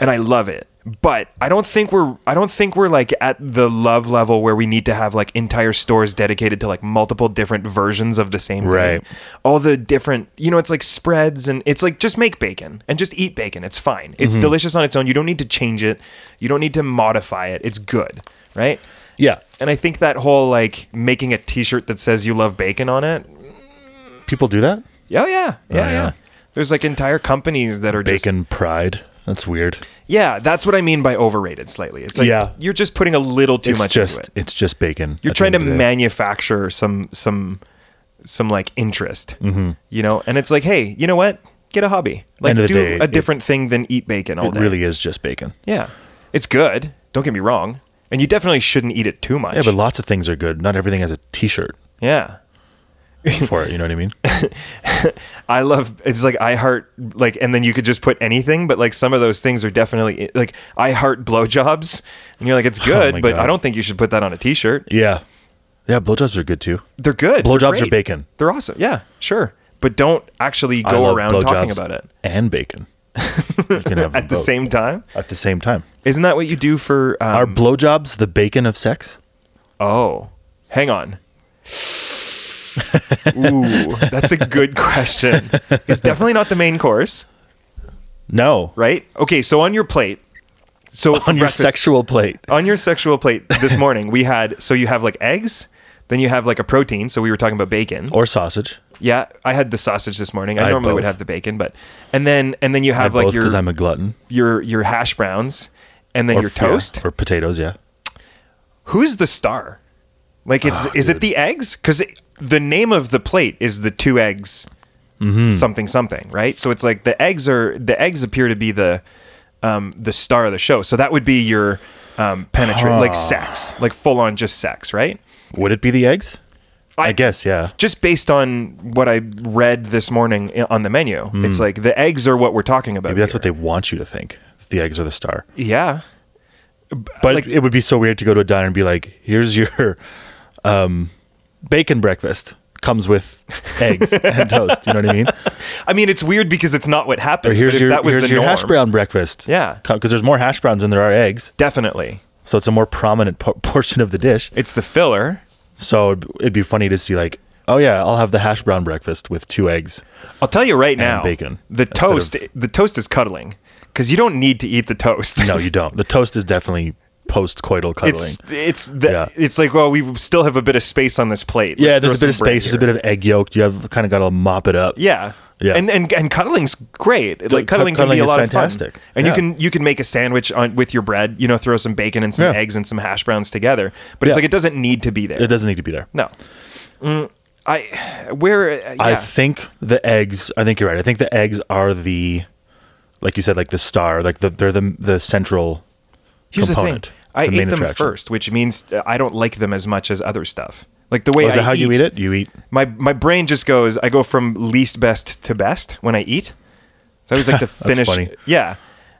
Speaker 3: and I love it. But I don't think we're. I don't think we're like at the love level where we need to have like entire stores dedicated to like multiple different versions of the same
Speaker 5: Right.
Speaker 3: thing. All the different. You know, it's like spreads and it's like just make bacon and just eat bacon. It's fine. It's delicious on its own. You don't need to change it. You don't need to modify it. It's good, right?
Speaker 5: Yeah,
Speaker 3: And I think that whole like making a T-shirt that says you love bacon on it.
Speaker 5: people do that.
Speaker 3: Oh yeah, yeah, yeah.
Speaker 5: yeah.
Speaker 3: There's like entire companies that are just-
Speaker 5: Bacon pride. That's weird.
Speaker 3: Yeah, that's what I mean by overrated slightly. It's like
Speaker 5: Yeah.
Speaker 3: you're just putting a little too
Speaker 5: it's
Speaker 3: much
Speaker 5: just
Speaker 3: into it.
Speaker 5: it's just bacon.
Speaker 3: You're
Speaker 5: at the
Speaker 3: trying to
Speaker 5: end of the day.
Speaker 3: manufacture some some some like interest, you know. And it's like, hey, you know what? Get a hobby. Like
Speaker 5: End
Speaker 3: do
Speaker 5: of the day,
Speaker 3: a
Speaker 5: it-
Speaker 3: different thing than eat bacon all
Speaker 5: It
Speaker 3: day.
Speaker 5: really is just bacon.
Speaker 3: yeah, it's good. Don't get me wrong. And you definitely shouldn't eat it too much.
Speaker 5: Yeah, but lots of things are good. Not everything has a T-shirt
Speaker 3: yeah.
Speaker 5: for it. You know what I mean?
Speaker 3: I love it's like I heart like and then you could just put anything but like some of those things are definitely like I heart blowjobs and you're like it's
Speaker 5: Oh
Speaker 3: good
Speaker 5: my
Speaker 3: but I
Speaker 5: God.
Speaker 3: don't think you should put that on a t-shirt.
Speaker 5: yeah, yeah. Blowjobs are good too.
Speaker 3: They're good. They're
Speaker 5: Blowjobs are
Speaker 3: great.
Speaker 5: bacon.
Speaker 3: They're awesome. Yeah, sure. But don't actually
Speaker 5: I
Speaker 3: go
Speaker 5: love
Speaker 3: around talking
Speaker 5: blowjobs
Speaker 3: about it
Speaker 5: and bacon. You can have them
Speaker 3: at the
Speaker 5: both.
Speaker 3: same Mm. time.
Speaker 5: at the same time.
Speaker 3: Isn't that what you do for um,
Speaker 5: Are blowjobs the bacon of sex?
Speaker 3: Oh, hang on. Ooh, that's a good question. It's definitely not the main course,
Speaker 5: No,
Speaker 3: right? Okay, so on your plate, so for
Speaker 5: on your
Speaker 3: breakfast-
Speaker 5: sexual plate.
Speaker 3: on your sexual plate this morning, we had so you have like eggs, then you have like a protein. So we were talking about bacon.
Speaker 5: or sausage.
Speaker 3: yeah, I had the sausage this morning. I,
Speaker 5: I had
Speaker 3: normally would
Speaker 5: both.
Speaker 3: have the bacon, but and then and then you have like your
Speaker 5: because I'm a glutton.
Speaker 3: your your hash browns, and then
Speaker 5: Or
Speaker 3: your
Speaker 5: f- yeah,
Speaker 3: toast.
Speaker 5: or potatoes. Yeah,
Speaker 3: Who's the star? Like it's
Speaker 5: Ah,
Speaker 3: is it
Speaker 5: dude.
Speaker 3: the eggs? Because the name of the plate is the two eggs,
Speaker 5: Mm-hmm.
Speaker 3: something something, right? So it's like the eggs are the eggs appear to be the um, the star of the show. So that would be your um, penetrate
Speaker 5: Ah.
Speaker 3: like sex, like full on just sex, right?
Speaker 5: would it be the eggs? I, guess. Yeah,
Speaker 3: just based on what I read this morning i- on the menu, it's like the eggs are what we're talking about.
Speaker 5: Hmm. maybe that's what they want you to think. that The eggs are the star.
Speaker 3: they. Yeah,
Speaker 5: But
Speaker 3: like-
Speaker 5: it would be so weird to go to a diner and be like, "Here's your um, bacon breakfast. Comes with eggs and toast." You know what I mean?
Speaker 3: I mean it's weird because it's not what
Speaker 5: Or
Speaker 3: happens.
Speaker 5: here's
Speaker 3: but if
Speaker 5: your
Speaker 3: that was
Speaker 5: here's
Speaker 3: the
Speaker 5: your
Speaker 3: norm,
Speaker 5: hash brown breakfast.
Speaker 3: Yeah.
Speaker 5: because there's more hash browns than there are eggs,
Speaker 3: Definitely,
Speaker 5: so it's a more prominent po- portion of the dish.
Speaker 3: it's the filler.
Speaker 5: So it'd- it'd be funny to see like, "Oh yeah, I'll have the hash brown breakfast with two eggs."
Speaker 3: I'll tell you right now,
Speaker 5: bacon
Speaker 3: The
Speaker 5: instead of-
Speaker 3: toast, the toast is cuddling because you don't need to eat the toast.
Speaker 5: No, you don't. The toast is definitely post coital cuddling.
Speaker 3: it's it's the,
Speaker 5: Yeah.
Speaker 3: it's like well, we still have a bit of space on this plate.
Speaker 5: yeah,
Speaker 3: Let's
Speaker 5: there's a
Speaker 3: throw
Speaker 5: bit of
Speaker 3: some bread
Speaker 5: space. There's a
Speaker 3: here.
Speaker 5: bit of egg yolk. You have kind of got to mop it up.
Speaker 3: Yeah.
Speaker 5: Yeah.
Speaker 3: And, and and cuddling's great. Like
Speaker 5: cu- cuddling
Speaker 3: cuddling, can be a
Speaker 5: is
Speaker 3: lot of
Speaker 5: fantastic.
Speaker 3: fun. And you
Speaker 5: Yeah.
Speaker 3: can you can make a sandwich on with your bread, you know, throw some bacon and some
Speaker 5: Yeah.
Speaker 3: eggs and some hash browns together. But it's
Speaker 5: Yeah.
Speaker 3: like it doesn't need to be there.
Speaker 5: It doesn't need to be there.
Speaker 3: no. Mm, I where uh, yeah.
Speaker 5: I think the eggs. I think you're right. I think the eggs are the, like you said, like the star. Like the they're the the central
Speaker 3: Here's
Speaker 5: component.
Speaker 3: the thing. I
Speaker 5: the
Speaker 3: eat
Speaker 5: main
Speaker 3: them
Speaker 5: attraction.
Speaker 3: first, which means uh, I don't like them as much as other stuff. Like the way
Speaker 5: Oh, is
Speaker 3: I
Speaker 5: that how you eat it? You eat.
Speaker 3: my my brain just goes. I go from least best to best when I eat. So I always like to finish.
Speaker 5: funny.
Speaker 3: Yeah,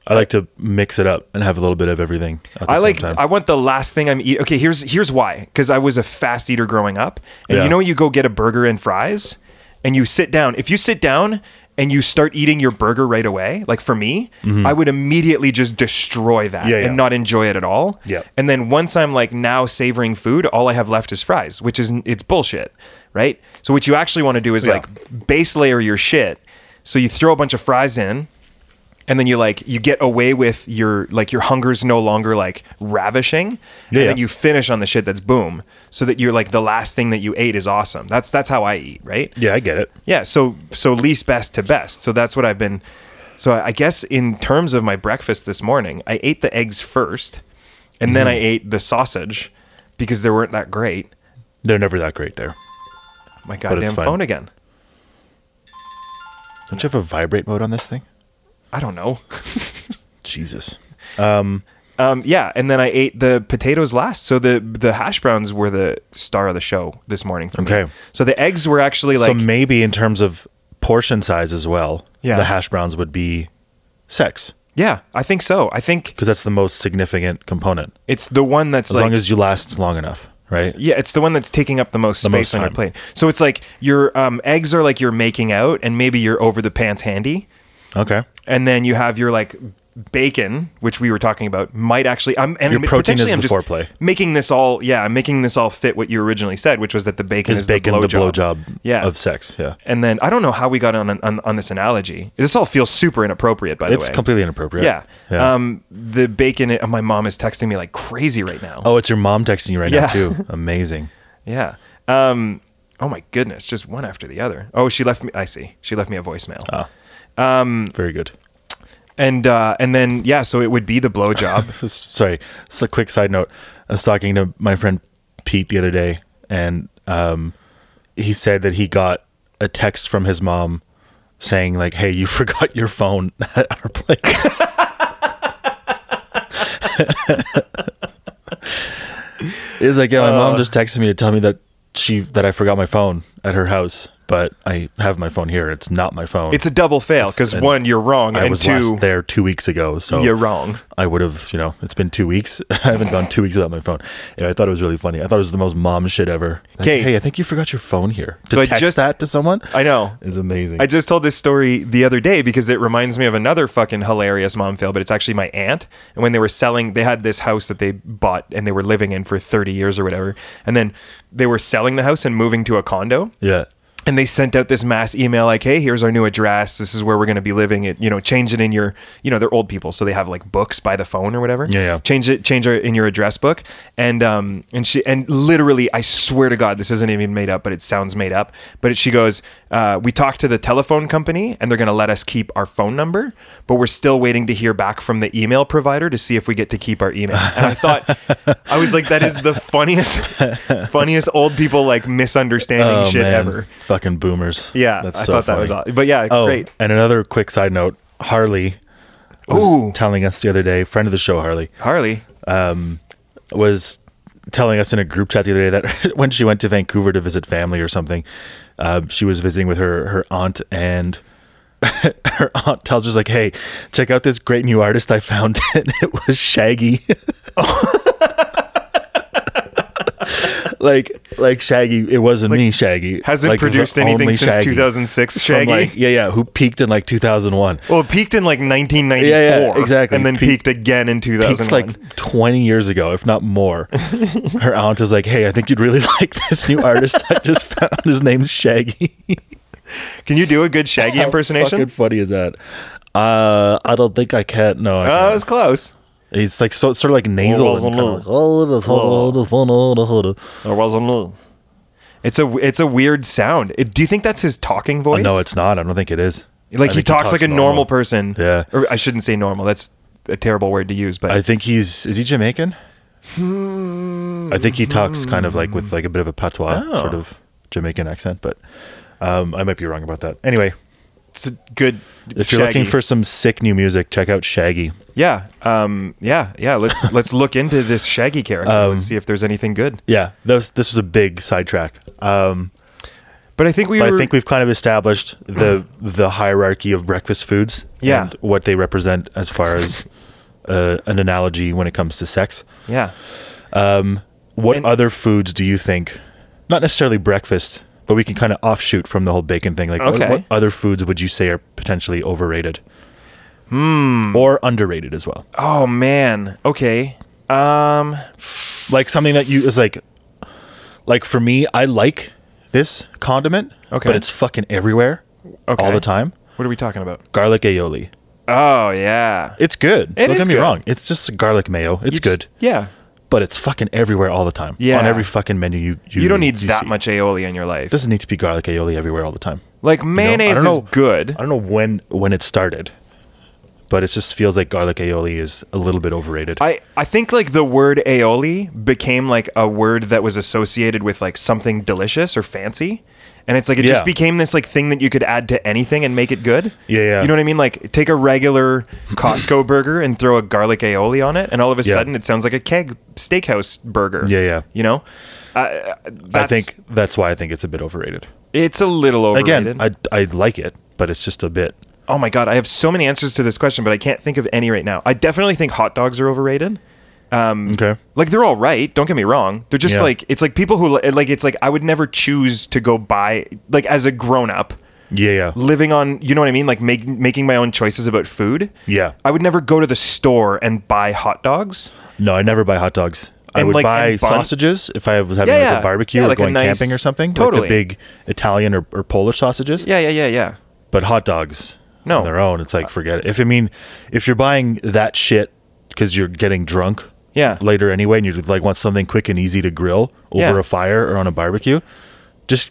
Speaker 5: I like to mix it up and have a little bit of everything. At the
Speaker 3: I
Speaker 5: same
Speaker 3: like.
Speaker 5: Time.
Speaker 3: I want the last thing I'm eat. Okay, here's here's why. Because I was a fast eater growing up, and
Speaker 5: Yeah.
Speaker 3: you know you go get a burger and fries, and you sit down. If you sit down and you start eating your burger right away, like for me, I would immediately just destroy that
Speaker 5: Mm-hmm. Yeah,
Speaker 3: and
Speaker 5: yeah.
Speaker 3: not enjoy it at all.
Speaker 5: Yeah.
Speaker 3: And then once I'm like now savoring food, all I have left is fries, which is it's bullshit, right? So what you actually want to do is
Speaker 5: Yeah.
Speaker 3: like base layer your shit. So you throw a bunch of fries in, and then you like you get away with your like your hunger's no longer like ravishing
Speaker 5: Yeah,
Speaker 3: and
Speaker 5: yeah.
Speaker 3: then you finish on the shit that's boom so that you're like the last thing that you ate is awesome that's that's how i eat right
Speaker 5: yeah, I get it.
Speaker 3: yeah so so least best to best so that's what i've been so i I guess in terms of my breakfast this morning i ate the eggs first and then
Speaker 5: Mm-hmm.
Speaker 3: i ate the sausage because they weren't that great
Speaker 5: They're never that great there.
Speaker 3: my
Speaker 5: it's
Speaker 3: goddamn
Speaker 5: fine.
Speaker 3: phone again
Speaker 5: Don't you have a vibrate mode on this thing?
Speaker 3: i don't know
Speaker 5: Jesus.
Speaker 3: Um, yeah, and then I ate the potatoes last. So the the hash browns were the star of the show this morning for me.
Speaker 5: Okay.
Speaker 3: So the eggs were actually like
Speaker 5: so maybe in terms of portion size as well,
Speaker 3: Yeah.
Speaker 5: the hash browns would be sex
Speaker 3: yeah, I think so. I think
Speaker 5: because that's the most significant component.
Speaker 3: it's the one that's
Speaker 5: As
Speaker 3: like
Speaker 5: long as you last long enough, right?
Speaker 3: yeah, it's the one that's taking up the most
Speaker 5: most
Speaker 3: space on your
Speaker 5: time.
Speaker 3: plate. So it's like your um, eggs are like you're making out, and maybe you're over the pants handy,
Speaker 5: Okay.
Speaker 3: and then you have your like bacon, which we were talking about, might actually I'm and
Speaker 5: Your protein is
Speaker 3: potentially I'm
Speaker 5: the
Speaker 3: just
Speaker 5: foreplay.
Speaker 3: making this all yeah, I'm making this all fit what you originally said, which was that the bacon
Speaker 5: Is,
Speaker 3: is,
Speaker 5: bacon the blowjob
Speaker 3: Yeah.
Speaker 5: of sex? Yeah.
Speaker 3: And then I don't know how we got on on, on this analogy. This all feels super inappropriate, by the way.
Speaker 5: It's completely inappropriate.
Speaker 3: yeah.
Speaker 5: Yeah.
Speaker 3: Um, the bacon. uh, my mom is texting me like crazy right now.
Speaker 5: oh, it's your mom texting you right now
Speaker 3: Yeah.
Speaker 5: too. Amazing.
Speaker 3: Yeah. Um, oh my goodness, just
Speaker 5: Ah.
Speaker 3: one after the other. Oh, she left me. I see. She left me a voicemail.
Speaker 5: Very good.
Speaker 3: and uh, and then yeah, so it would be the blowjob.
Speaker 5: So- sorry, it's a quick side note. I was talking to my friend Pete the other day, and um, he said that he got a text from his mom saying, like, hey, you forgot your phone at our place. it's like, yeah, my
Speaker 3: Uh.
Speaker 5: mom just texted me to tell me that she that I forgot my phone at her house, but I have my phone here. It's not my phone.
Speaker 3: It's a double fail because
Speaker 5: And
Speaker 3: one, you're wrong,
Speaker 5: I
Speaker 3: and
Speaker 5: was
Speaker 3: two,
Speaker 5: last there two weeks ago, so
Speaker 3: you're wrong.
Speaker 5: I would have, you know, it's been two weeks. I haven't gone two weeks without my phone. Yeah, I thought it was really funny. I thought it was the most mom shit ever. Like,
Speaker 3: 'Kay.
Speaker 5: hey, I think you forgot your phone here. To
Speaker 3: So I
Speaker 5: text
Speaker 3: just-
Speaker 5: that to someone
Speaker 3: I know.
Speaker 5: is amazing.
Speaker 3: I just told this story the other day because it reminds me of another fucking hilarious mom fail, but it's actually my aunt. And when they were selling, they had this house that they bought and they were living in for 30 years or whatever. And then they were selling the house and moving to a condo.
Speaker 5: yeah,
Speaker 3: And they sent out this mass email like, "Hey, here's our new address. This is where we're going to be living. It, you know, change it in your, you know, they're old people, so they have like books by the phone or whatever.
Speaker 5: Yeah, yeah.
Speaker 3: Change it, change it in your address book. And um, and she, and literally, I swear to God, this isn't even made up, but it sounds made up. But it, she goes, uh, "We talked to the telephone company, and they're going to let us keep our phone number, but we're still waiting to hear back from the email provider to see if we get to keep our email." And I thought, I was like, that is the funniest, funniest old people like misunderstanding
Speaker 5: oh,
Speaker 3: shit
Speaker 5: man.
Speaker 3: ever.
Speaker 5: Fucking boomers.
Speaker 3: Yeah, I thought that was aw- but yeah,
Speaker 5: oh,
Speaker 3: great.
Speaker 5: And another quick side note: Harley was
Speaker 3: Ooh.
Speaker 5: telling us the other day, friend of the show, Harley,
Speaker 3: Harley.
Speaker 5: was telling us in a group chat the other day that when she went to Vancouver to visit family or something, uh, she was visiting with her her aunt and her aunt tells her she's like, "Hey, check out this great new artist I found." and it was Shaggy. like like Shaggy, it wasn't me. Shaggy
Speaker 3: Hasn't
Speaker 5: Like,
Speaker 3: produced
Speaker 5: the
Speaker 3: anything
Speaker 5: only
Speaker 3: since
Speaker 5: Shaggy.
Speaker 3: 2006,
Speaker 5: From,
Speaker 3: Shaggy.
Speaker 5: like- yeah, yeah, who peaked in like 2001.
Speaker 3: well, it peaked in like 1994.
Speaker 5: Yeah, yeah, exactly.
Speaker 3: And then
Speaker 5: Peak-
Speaker 3: peaked again in
Speaker 5: Peaked
Speaker 3: 2001.
Speaker 5: like 20 years ago, if not more. Her aunt is like, "Hey, I think you'd really like this new artist I just found. His name's Shaggy."
Speaker 3: Can you do a good Shaggy
Speaker 5: How
Speaker 3: impersonation?
Speaker 5: Fucking funny is that? Uh, I don't think I can. No, I
Speaker 3: Oh, it
Speaker 5: can't.
Speaker 3: was close.
Speaker 5: he's like so, sort of like nasal. and kinda like, "Oh, the phone, the phone, oh, the phone."
Speaker 3: There wasn't. It's a it's a weird sound. It- do you think that's his talking voice?
Speaker 5: No, it's not. I don't think it is.
Speaker 3: like
Speaker 5: I
Speaker 3: he
Speaker 5: think
Speaker 3: talks, like a normal, person.
Speaker 5: Yeah.
Speaker 3: Or I shouldn't say normal. That's a terrible word to use, but
Speaker 5: I think he's is he Jamaican? I think he talks kind of like with like a bit of a patois sort of Jamaican accent, but um, I might be wrong about that. Anyway,
Speaker 3: it's a good.
Speaker 5: If you're looking
Speaker 3: Shaggy.
Speaker 5: for some sick new music, check out Shaggy.
Speaker 3: yeah, um, yeah, yeah. Let's let's look into this Shaggy character
Speaker 5: Um,
Speaker 3: and see if there's anything good.
Speaker 5: Yeah, this this was a big sidetrack, um,
Speaker 3: But I think we
Speaker 5: but
Speaker 3: were.
Speaker 5: I think we've kind of established the the hierarchy of breakfast foods
Speaker 3: Yeah.
Speaker 5: and what they represent as far as uh, an analogy when it comes to sex.
Speaker 3: yeah.
Speaker 5: What
Speaker 3: And-
Speaker 5: other foods do you think, not necessarily breakfast, but we can kind of offshoot from the whole bacon thing? Like, what-
Speaker 3: Okay.
Speaker 5: what, other foods would you say are potentially overrated,
Speaker 3: Hmm.
Speaker 5: or underrated as well?
Speaker 3: Oh man. Okay. Um.
Speaker 5: like something that you is like like for me i like this condiment
Speaker 3: Okay.
Speaker 5: but it's fucking everywhere
Speaker 3: Okay.
Speaker 5: all the time
Speaker 3: What are we talking about?
Speaker 5: garlic aioli
Speaker 3: Oh yeah.
Speaker 5: it's good
Speaker 3: It
Speaker 5: don't
Speaker 3: is
Speaker 5: get me
Speaker 3: good.
Speaker 5: wrong it's just garlic mayo it's
Speaker 3: You
Speaker 5: good
Speaker 3: just- yeah.
Speaker 5: but it's fucking everywhere all the time
Speaker 3: Yeah.
Speaker 5: on every fucking menu you you,
Speaker 3: You don't need that
Speaker 5: see.
Speaker 3: much aioli in your life.
Speaker 5: it doesn't need to be garlic aioli everywhere all the time
Speaker 3: like
Speaker 5: you know? I
Speaker 3: mayonnaise
Speaker 5: don't
Speaker 3: is
Speaker 5: know-
Speaker 3: good.
Speaker 5: i don't know when when it started but it just feels like garlic aioli is a little bit overrated
Speaker 3: I, I think like the word aioli became like a word that was associated with like something delicious or fancy. And it's like it
Speaker 5: Yeah.
Speaker 3: just became this like thing that you could add to anything and make it good.
Speaker 5: Yeah, yeah.
Speaker 3: You know what I mean? Like take a regular Costco burger and throw a garlic aioli on it, and all of a
Speaker 5: Yeah.
Speaker 3: sudden it sounds like a keg steakhouse burger.
Speaker 5: Yeah, yeah.
Speaker 3: You know, I,
Speaker 5: I think that's why i think it's a bit overrated
Speaker 3: It's a little overrated.
Speaker 5: again i i like it but it's just a bit
Speaker 3: oh my god, I have so many answers to this question, but I can't think of any right now. I definitely think hot dogs are overrated. Mm.
Speaker 5: okay
Speaker 3: Like they're all right. Don't get me wrong. They're just
Speaker 5: Yeah.
Speaker 3: like it's like people who li- like it's like I would never choose to go buy like as a grown up
Speaker 5: yeah yeah
Speaker 3: living on you know what I mean like make, making my own choices about food.
Speaker 5: Yeah.
Speaker 3: I would never go to the store and buy hot dogs.
Speaker 5: No, I never buy hot dogs. I
Speaker 3: And,
Speaker 5: would
Speaker 3: like,
Speaker 5: buy
Speaker 3: and bun-
Speaker 5: sausages if I was having
Speaker 3: Yeah,
Speaker 5: like
Speaker 3: yeah.
Speaker 5: a barbecue
Speaker 3: Yeah,
Speaker 5: or
Speaker 3: like a
Speaker 5: going
Speaker 3: nice-
Speaker 5: camping or something.
Speaker 3: Totally.
Speaker 5: Like the big Italian or, or Polish sausages.
Speaker 3: Yeah, yeah, yeah, yeah.
Speaker 5: But hot dogs
Speaker 3: No.
Speaker 5: on their own, it's like forget it. If I mean if you're buying that shit because you're getting drunk
Speaker 3: Yeah.
Speaker 5: later anyway and you like want something quick and easy to grill over
Speaker 3: Yeah.
Speaker 5: a fire or on a barbecue, just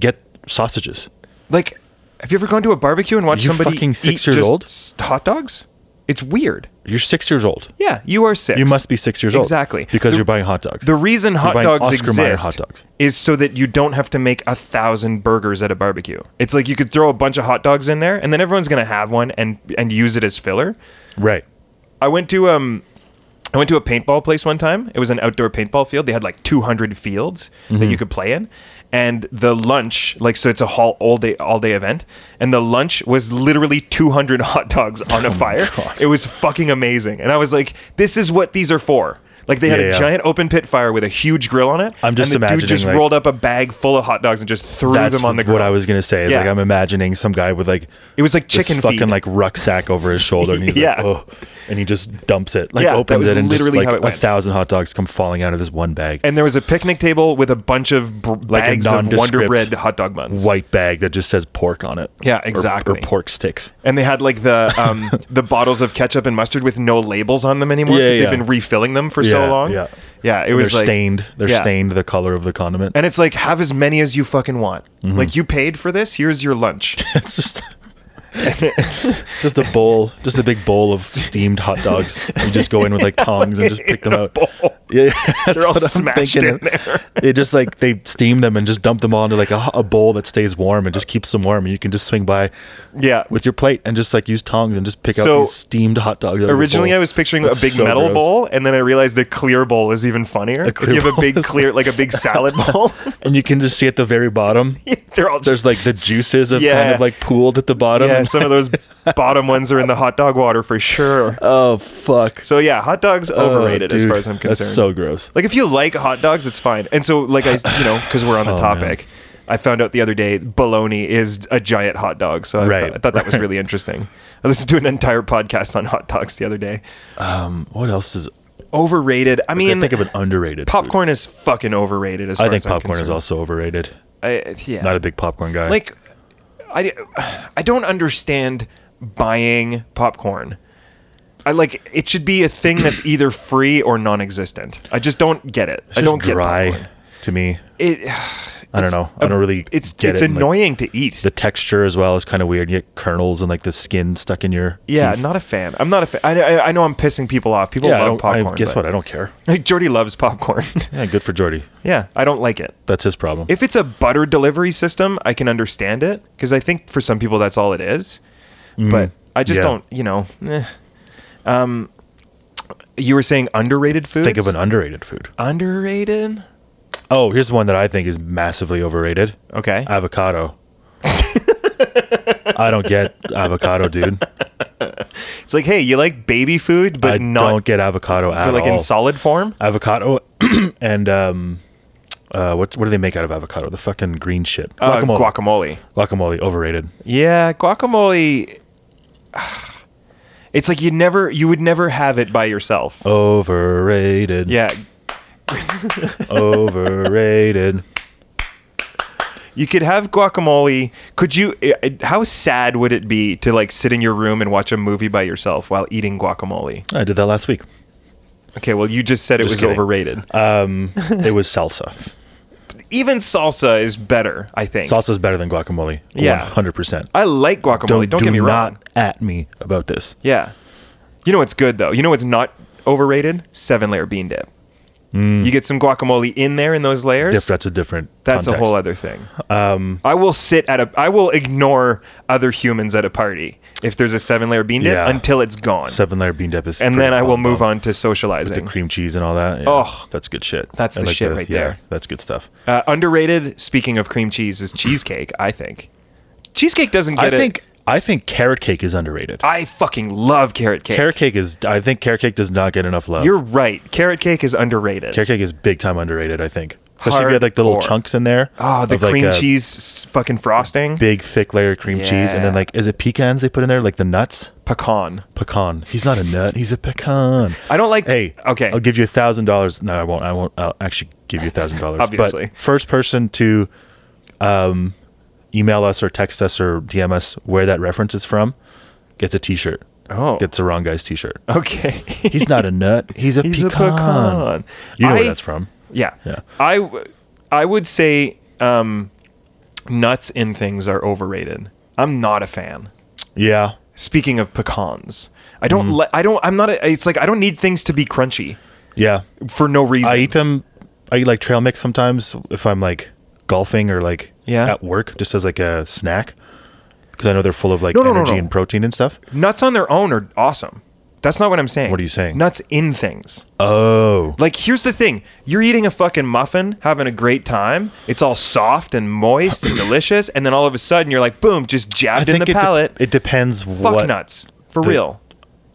Speaker 5: get sausages.
Speaker 3: Like have you ever gone to a barbecue and watched
Speaker 5: You
Speaker 3: somebody
Speaker 5: fucking six
Speaker 3: eat
Speaker 5: years
Speaker 3: just
Speaker 5: old?
Speaker 3: s- hot dogs? It's weird.
Speaker 5: You're six years old.
Speaker 3: Yeah, you are six.
Speaker 5: You must be six years old.
Speaker 3: Exactly.
Speaker 5: Because
Speaker 3: The-
Speaker 5: you're buying hot dogs.
Speaker 3: The reason hot
Speaker 5: buying
Speaker 3: dogs
Speaker 5: Oscar Mayer
Speaker 3: exist
Speaker 5: hot dogs.
Speaker 3: is so that you don't have to make a thousand burgers at a barbecue. It's like you could throw a bunch of hot dogs in there, and then everyone's gonna have one and and use it as filler.
Speaker 5: right.
Speaker 3: I went to um I went to a paintball place one time. It was an outdoor paintball field. They had like 200 fields that
Speaker 5: Mm-hmm.
Speaker 3: you could play in. And the lunch, like so it's a hall all day all day event, and the lunch was literally 200 hot dogs on
Speaker 5: Oh
Speaker 3: a fire. It was fucking amazing. And I was like, this is what these are for. Like they had
Speaker 5: Yeah,
Speaker 3: a
Speaker 5: yeah.
Speaker 3: giant open pit fire with a huge grill on it.
Speaker 5: I'm just
Speaker 3: and the dude
Speaker 5: imagining,
Speaker 3: just
Speaker 5: like-
Speaker 3: rolled up a bag full of hot dogs and just threw
Speaker 5: That's
Speaker 3: them on the grill.
Speaker 5: what I was gonna say. Is
Speaker 3: Yeah.
Speaker 5: Like I'm imagining some guy with like
Speaker 3: It was like
Speaker 5: this
Speaker 3: chicken
Speaker 5: fucking
Speaker 3: feed.
Speaker 5: like rucksack over his shoulder, and he's
Speaker 3: Yeah.
Speaker 5: like, oh, and he just dumps it, like
Speaker 3: Yeah, that
Speaker 5: opens
Speaker 3: was
Speaker 5: it, and just
Speaker 3: literally
Speaker 5: like
Speaker 3: how it
Speaker 5: a
Speaker 3: went.
Speaker 5: thousand hot dogs come falling out of this one bag,
Speaker 3: and there was a picnic table with a bunch of br-
Speaker 5: a
Speaker 3: bags of Wonder
Speaker 5: nondescript
Speaker 3: Bread hot dog buns.
Speaker 5: white bag that just says pork on it.
Speaker 3: Yeah,
Speaker 5: Or- Or,
Speaker 3: exactly.
Speaker 5: pork sticks.
Speaker 3: and they had like the um, the bottles of ketchup and mustard with no labels on them anymore
Speaker 5: Yeah,
Speaker 3: because
Speaker 5: yeah.
Speaker 3: they've been refilling them for
Speaker 5: Yeah,
Speaker 3: so long.
Speaker 5: yeah.
Speaker 3: yeah. It
Speaker 5: They're
Speaker 3: was like,
Speaker 5: stained. They're
Speaker 3: yeah.
Speaker 5: stained the color of the condiment.
Speaker 3: and it's like have as many as you fucking want.
Speaker 5: Mm-hmm.
Speaker 3: Like you paid for this. Here's your lunch.
Speaker 5: it's just. just a bowl, just a big bowl of steamed hot dogs. You just go in with like tongs and just pick them out. Yeah, yeah, that's
Speaker 3: They're all
Speaker 5: what I'm
Speaker 3: smashed
Speaker 5: thinking.
Speaker 3: in there.
Speaker 5: They just like they steam them and just dump them onto like a, a bowl that stays warm and just keeps them warm. And you can just swing by
Speaker 3: Yeah.
Speaker 5: with your plate and just like use tongs and just pick out
Speaker 3: So,
Speaker 5: these steamed hot dogs. out of the
Speaker 3: Originally,
Speaker 5: bowl.
Speaker 3: I was picturing
Speaker 5: That's
Speaker 3: a big
Speaker 5: so
Speaker 3: metal
Speaker 5: gross.
Speaker 3: bowl, and then I realized the clear bowl is even funnier. If
Speaker 5: clear
Speaker 3: you have a
Speaker 5: bowl
Speaker 3: big
Speaker 5: is-
Speaker 3: clear, like a big salad bowl,
Speaker 5: and you can just see at the very bottom.
Speaker 3: they're all
Speaker 5: There's
Speaker 3: just,
Speaker 5: like the juices of kind
Speaker 3: Yeah.
Speaker 5: of like pooled at the bottom.
Speaker 3: yeah,
Speaker 5: And-
Speaker 3: some of those bottom ones are in the hot dog water for sure.
Speaker 5: oh fuck!
Speaker 3: So yeah, hot dogs
Speaker 5: Oh,
Speaker 3: overrated as
Speaker 5: dude,
Speaker 3: far as I'm concerned.
Speaker 5: That's so gross.
Speaker 3: Like if you like hot dogs, it's fine. And so like I, you know, because we're on the
Speaker 5: Oh,
Speaker 3: topic, I found out the other day bologna is a giant hot dog. So I,
Speaker 5: Right,
Speaker 3: thought, I thought that was really interesting. I listened to an entire podcast on hot dogs the other day.
Speaker 5: What else is?
Speaker 3: Overrated. I
Speaker 5: I
Speaker 3: mean,
Speaker 5: think of an underrated. food.
Speaker 3: popcorn is fucking overrated. As
Speaker 5: I
Speaker 3: far
Speaker 5: think
Speaker 3: as I'm
Speaker 5: popcorn is
Speaker 3: concerned.
Speaker 5: also overrated.
Speaker 3: I, yeah.
Speaker 5: Not a big popcorn guy.
Speaker 3: like I, I don't understand buying popcorn. I like it should be a thing that's either free or non-existent. I just don't get it.
Speaker 5: It's
Speaker 3: I
Speaker 5: just
Speaker 3: don't get
Speaker 5: dry
Speaker 3: popcorn.
Speaker 5: to me.
Speaker 3: It
Speaker 5: I don't
Speaker 3: It's
Speaker 5: know. I
Speaker 3: a-
Speaker 5: don't really
Speaker 3: it's
Speaker 5: get
Speaker 3: it's
Speaker 5: it. and, like,
Speaker 3: annoying to eat.
Speaker 5: the texture as well is kind of weird. You get kernels and like the skin stuck in your
Speaker 3: yeah,
Speaker 5: teeth.
Speaker 3: not a fan. I'm not a fan. I, I, I know I'm pissing people off. People
Speaker 5: yeah. I
Speaker 3: love
Speaker 5: don't, I-
Speaker 3: popcorn.
Speaker 5: guess
Speaker 3: but-
Speaker 5: what? I don't care.
Speaker 3: Like Jordy loves popcorn.
Speaker 5: Yeah, good for Jordy.
Speaker 3: yeah, I don't like it.
Speaker 5: That's his problem.
Speaker 3: If it's a butter delivery system, I can understand it because I think for some people that's all it is. But I just
Speaker 5: Mm-hmm. yeah.
Speaker 3: don't. You know. eh. Um, you were saying underrated food.
Speaker 5: Think of an underrated food.
Speaker 3: underrated.
Speaker 5: Oh, here's one that I think is massively overrated.
Speaker 3: Okay.
Speaker 5: Avocado. I don't get avocado, dude.
Speaker 3: it's like, hey, you like baby food, but
Speaker 5: I
Speaker 3: not
Speaker 5: don't get avocado at
Speaker 3: but like
Speaker 5: all.
Speaker 3: in solid form.
Speaker 5: avocado and um, uh, what's what do they make out of avocado? The fucking green shit.
Speaker 3: Uh,
Speaker 5: Guacamole.
Speaker 3: guacamole.
Speaker 5: guacamole overrated.
Speaker 3: Yeah, guacamole. It's like you never, you would never have it by yourself.
Speaker 5: Overrated.
Speaker 3: Yeah,
Speaker 5: Overrated.
Speaker 3: you could have guacamole. Could you? i- i- How sad would it be to like sit in your room and watch a movie by yourself while eating guacamole?
Speaker 5: I did that last week.
Speaker 3: Okay, well, you just said it
Speaker 5: Just
Speaker 3: was
Speaker 5: kidding. Uh,
Speaker 3: overrated.
Speaker 5: It was salsa.
Speaker 3: Even salsa is better, I think.
Speaker 5: Salsa is better than guacamole.
Speaker 3: Yeah.
Speaker 5: 100%.
Speaker 3: I like guacamole. Don't,
Speaker 5: do
Speaker 3: get me wrong.
Speaker 5: not at me about this.
Speaker 3: Yeah. You know what's good though? You know what's not overrated? Seven layer bean dip. You get some guacamole in there in those layers.
Speaker 5: Diff, that's a Mm. different
Speaker 3: That's a
Speaker 5: context. Um,
Speaker 3: whole other thing. I will sit at a. I will ignore other humans at a party if there's a seven layer bean dip
Speaker 5: Yeah.
Speaker 3: until it's gone,
Speaker 5: Seven layer bean dip is.
Speaker 3: and then
Speaker 5: pretty
Speaker 3: I will
Speaker 5: bomb
Speaker 3: move
Speaker 5: bomb.
Speaker 3: on to
Speaker 5: With the
Speaker 3: socializing.
Speaker 5: cream cheese and all that. Yeah,
Speaker 3: Oh,
Speaker 5: that's good shit.
Speaker 3: that's
Speaker 5: And
Speaker 3: the shit right there.
Speaker 5: That's good stuff.
Speaker 3: uh, underrated. Speaking of cream cheese, is cheesecake. I think cheesecake doesn't
Speaker 5: I
Speaker 3: get. I
Speaker 5: think I think carrot cake is underrated.
Speaker 3: I fucking love carrot cake.
Speaker 5: carrot cake is. I think carrot cake does not get enough love.
Speaker 3: You're right. Carrot cake is underrated.
Speaker 5: carrot cake is big time underrated. I think. Especially if you had like the little
Speaker 3: Hardcore.
Speaker 5: chunks in there.
Speaker 3: oh, the
Speaker 5: of, like, uh,
Speaker 3: cream
Speaker 5: a
Speaker 3: cheese s- fucking frosting.
Speaker 5: Big thick layer of cream cheese, and then
Speaker 3: Yeah.
Speaker 5: like, is it pecans they put in there? Like the nuts.
Speaker 3: pecan.
Speaker 5: Pecan. He's not a nut. He's a pecan.
Speaker 3: I don't like.
Speaker 5: Hey,
Speaker 3: Okay.
Speaker 5: I'll give you a thousand dollars. No, I won't. I won't. I'll actually give you a thousand dollars.
Speaker 3: Obviously.
Speaker 5: but first person to um, email us or text us or DM us where that reference is from gets a T-shirt.
Speaker 3: Oh.
Speaker 5: gets a wrong guy's T-shirt.
Speaker 3: okay.
Speaker 5: He's not a nut. He's a,
Speaker 3: He's
Speaker 5: pecan.
Speaker 3: a pecan.
Speaker 5: You know
Speaker 3: I-
Speaker 5: where that's from.
Speaker 3: Yeah.
Speaker 5: Yeah.
Speaker 3: I, w- I would say um, nuts in things are overrated. I'm not a fan.
Speaker 5: Yeah,
Speaker 3: Speaking of pecans, I don't.
Speaker 5: Mm-hmm.
Speaker 3: li- I don't. I'm not. A, it's like I don't need things to be crunchy
Speaker 5: Yeah.
Speaker 3: for no reason.
Speaker 5: I eat them. I eat like trail mix sometimes if I'm like golfing or like
Speaker 3: Yeah.
Speaker 5: at work, just as like a snack, because I know they're full of like
Speaker 3: No, no, no,
Speaker 5: energy
Speaker 3: no.
Speaker 5: and protein and stuff.
Speaker 3: Nuts on their own are awesome. That's not what I'm saying.
Speaker 5: What are you saying?
Speaker 3: Nuts in things.
Speaker 5: Oh,
Speaker 3: Like, here's the thing you're eating a fucking muffin, having a great time. It's all soft and moist and delicious. And then all of a sudden, you're like, boom, just jabbed in the
Speaker 5: it de-
Speaker 3: palate.
Speaker 5: it depends
Speaker 3: Fuck
Speaker 5: what.
Speaker 3: nuts. For
Speaker 5: the-
Speaker 3: real.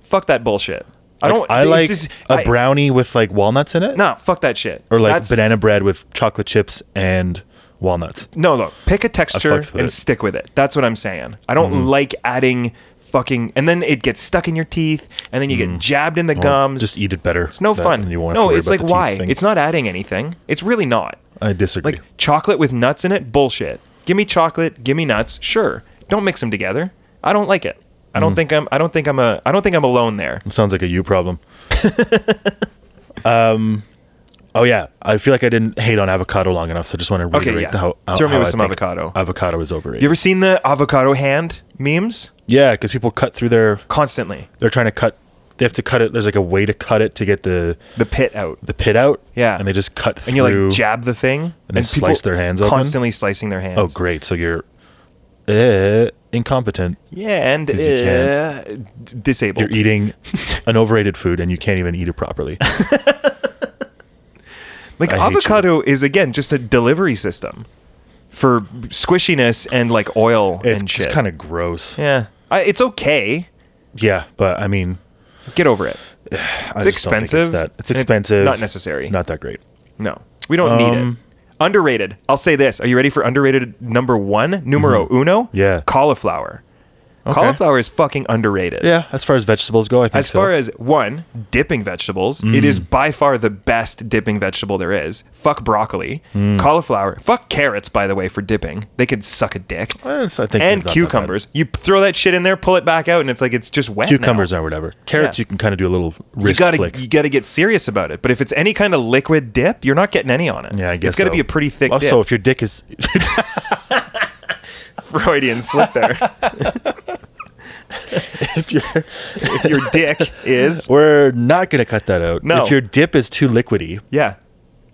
Speaker 3: Fuck that bullshit. I
Speaker 5: Like,
Speaker 3: don't.
Speaker 5: I
Speaker 3: this
Speaker 5: like
Speaker 3: is-
Speaker 5: a
Speaker 3: I-
Speaker 5: brownie with like walnuts in it,
Speaker 3: No, fuck that shit.
Speaker 5: or like
Speaker 3: That's-
Speaker 5: banana bread with chocolate chips and walnuts.
Speaker 3: No, look, pick a texture
Speaker 5: fucks with
Speaker 3: and
Speaker 5: it. Mm-hmm.
Speaker 3: stick with it. That's what I'm saying. I don't like adding fucking. And then it gets stuck in your teeth, and then you get jabbed in the gums.
Speaker 5: Mm-hmm. Just eat it better.
Speaker 3: It's no fun. No, it's like why? It's not adding anything. It's really not.
Speaker 5: I disagree.
Speaker 3: Like chocolate with nuts in it, bullshit. Give me chocolate, give me nuts. Sure, don't mix them together. I don't like it. I
Speaker 5: Mm-hmm.
Speaker 3: don't think I'm. I don't think I'm a. I don't think I'm alone there.
Speaker 5: Sounds like a you problem. um, oh yeah, I feel like I didn't hate on avocado long enough, so I just want to reiterate
Speaker 3: Okay, yeah.
Speaker 5: how, how
Speaker 3: Throw me
Speaker 5: how
Speaker 3: with
Speaker 5: I
Speaker 3: some
Speaker 5: think
Speaker 3: avocado.
Speaker 5: Avocado is overrated.
Speaker 3: You ever seen the avocado hand memes?
Speaker 5: yeah, because people cut through their.
Speaker 3: Constantly,
Speaker 5: They're trying to cut. They have to cut it. There's like a way to cut it to get the
Speaker 3: the pit out,
Speaker 5: the pit out.
Speaker 3: Yeah.
Speaker 5: and they just cut through.
Speaker 3: and you like jab the thing,
Speaker 5: And they slice their hands open?
Speaker 3: constantly slicing their hands.
Speaker 5: Oh great! So you're uh, incompetent.
Speaker 3: Yeah, and
Speaker 5: 'Cause you
Speaker 3: uh, disabled.
Speaker 5: You're eating an overrated food and you can't even eat it properly.
Speaker 3: Like
Speaker 5: I hate you.
Speaker 3: avocado is again just a delivery system for squishiness and like oil
Speaker 5: It's
Speaker 3: and shit.
Speaker 5: just kind of gross. Yeah.
Speaker 3: yeah, I, it's okay.
Speaker 5: but I mean,
Speaker 3: Get over it.
Speaker 5: it's
Speaker 3: expensive,
Speaker 5: It's, that. it's
Speaker 3: and it's
Speaker 5: expensive.
Speaker 3: not necessary.
Speaker 5: Not that great.
Speaker 3: No, we don't need it.
Speaker 5: Um,
Speaker 3: Underrated. I'll say this. Are you ready for underrated number one, numero uno?
Speaker 5: Mm-hmm. Yeah.
Speaker 3: cauliflower. Cauliflower is fucking underrated.
Speaker 5: Yeah, as far as vegetables go, Mm. I think
Speaker 3: As
Speaker 5: so.
Speaker 3: far as one, dipping vegetables, it is by far the best dipping vegetable there is. Fuck broccoli,
Speaker 5: Mm.
Speaker 3: cauliflower, fuck carrots, by the way, for dipping. They could suck a dick.
Speaker 5: Eh, so I think
Speaker 3: and
Speaker 5: they're not that
Speaker 3: cucumbers. You throw that shit in there, pull it back out, and it's like it's just wet.
Speaker 5: bad.
Speaker 3: now.
Speaker 5: Cucumbers or whatever. Carrots,
Speaker 3: Yeah.
Speaker 5: you can kind of do a little
Speaker 3: You
Speaker 5: wrist
Speaker 3: gotta
Speaker 5: flick.
Speaker 3: you gotta get serious about it. But if it's any kind of liquid dip, you're not getting any on it.
Speaker 5: yeah, I guess
Speaker 3: it's gotta
Speaker 5: so.
Speaker 3: be a pretty thick
Speaker 5: Also, if your dick is
Speaker 3: dip. Freudian slip there.
Speaker 5: if your
Speaker 3: if your dick is
Speaker 5: we're not gonna cut that out.
Speaker 3: No.
Speaker 5: If your dip is too liquidy,
Speaker 3: yeah,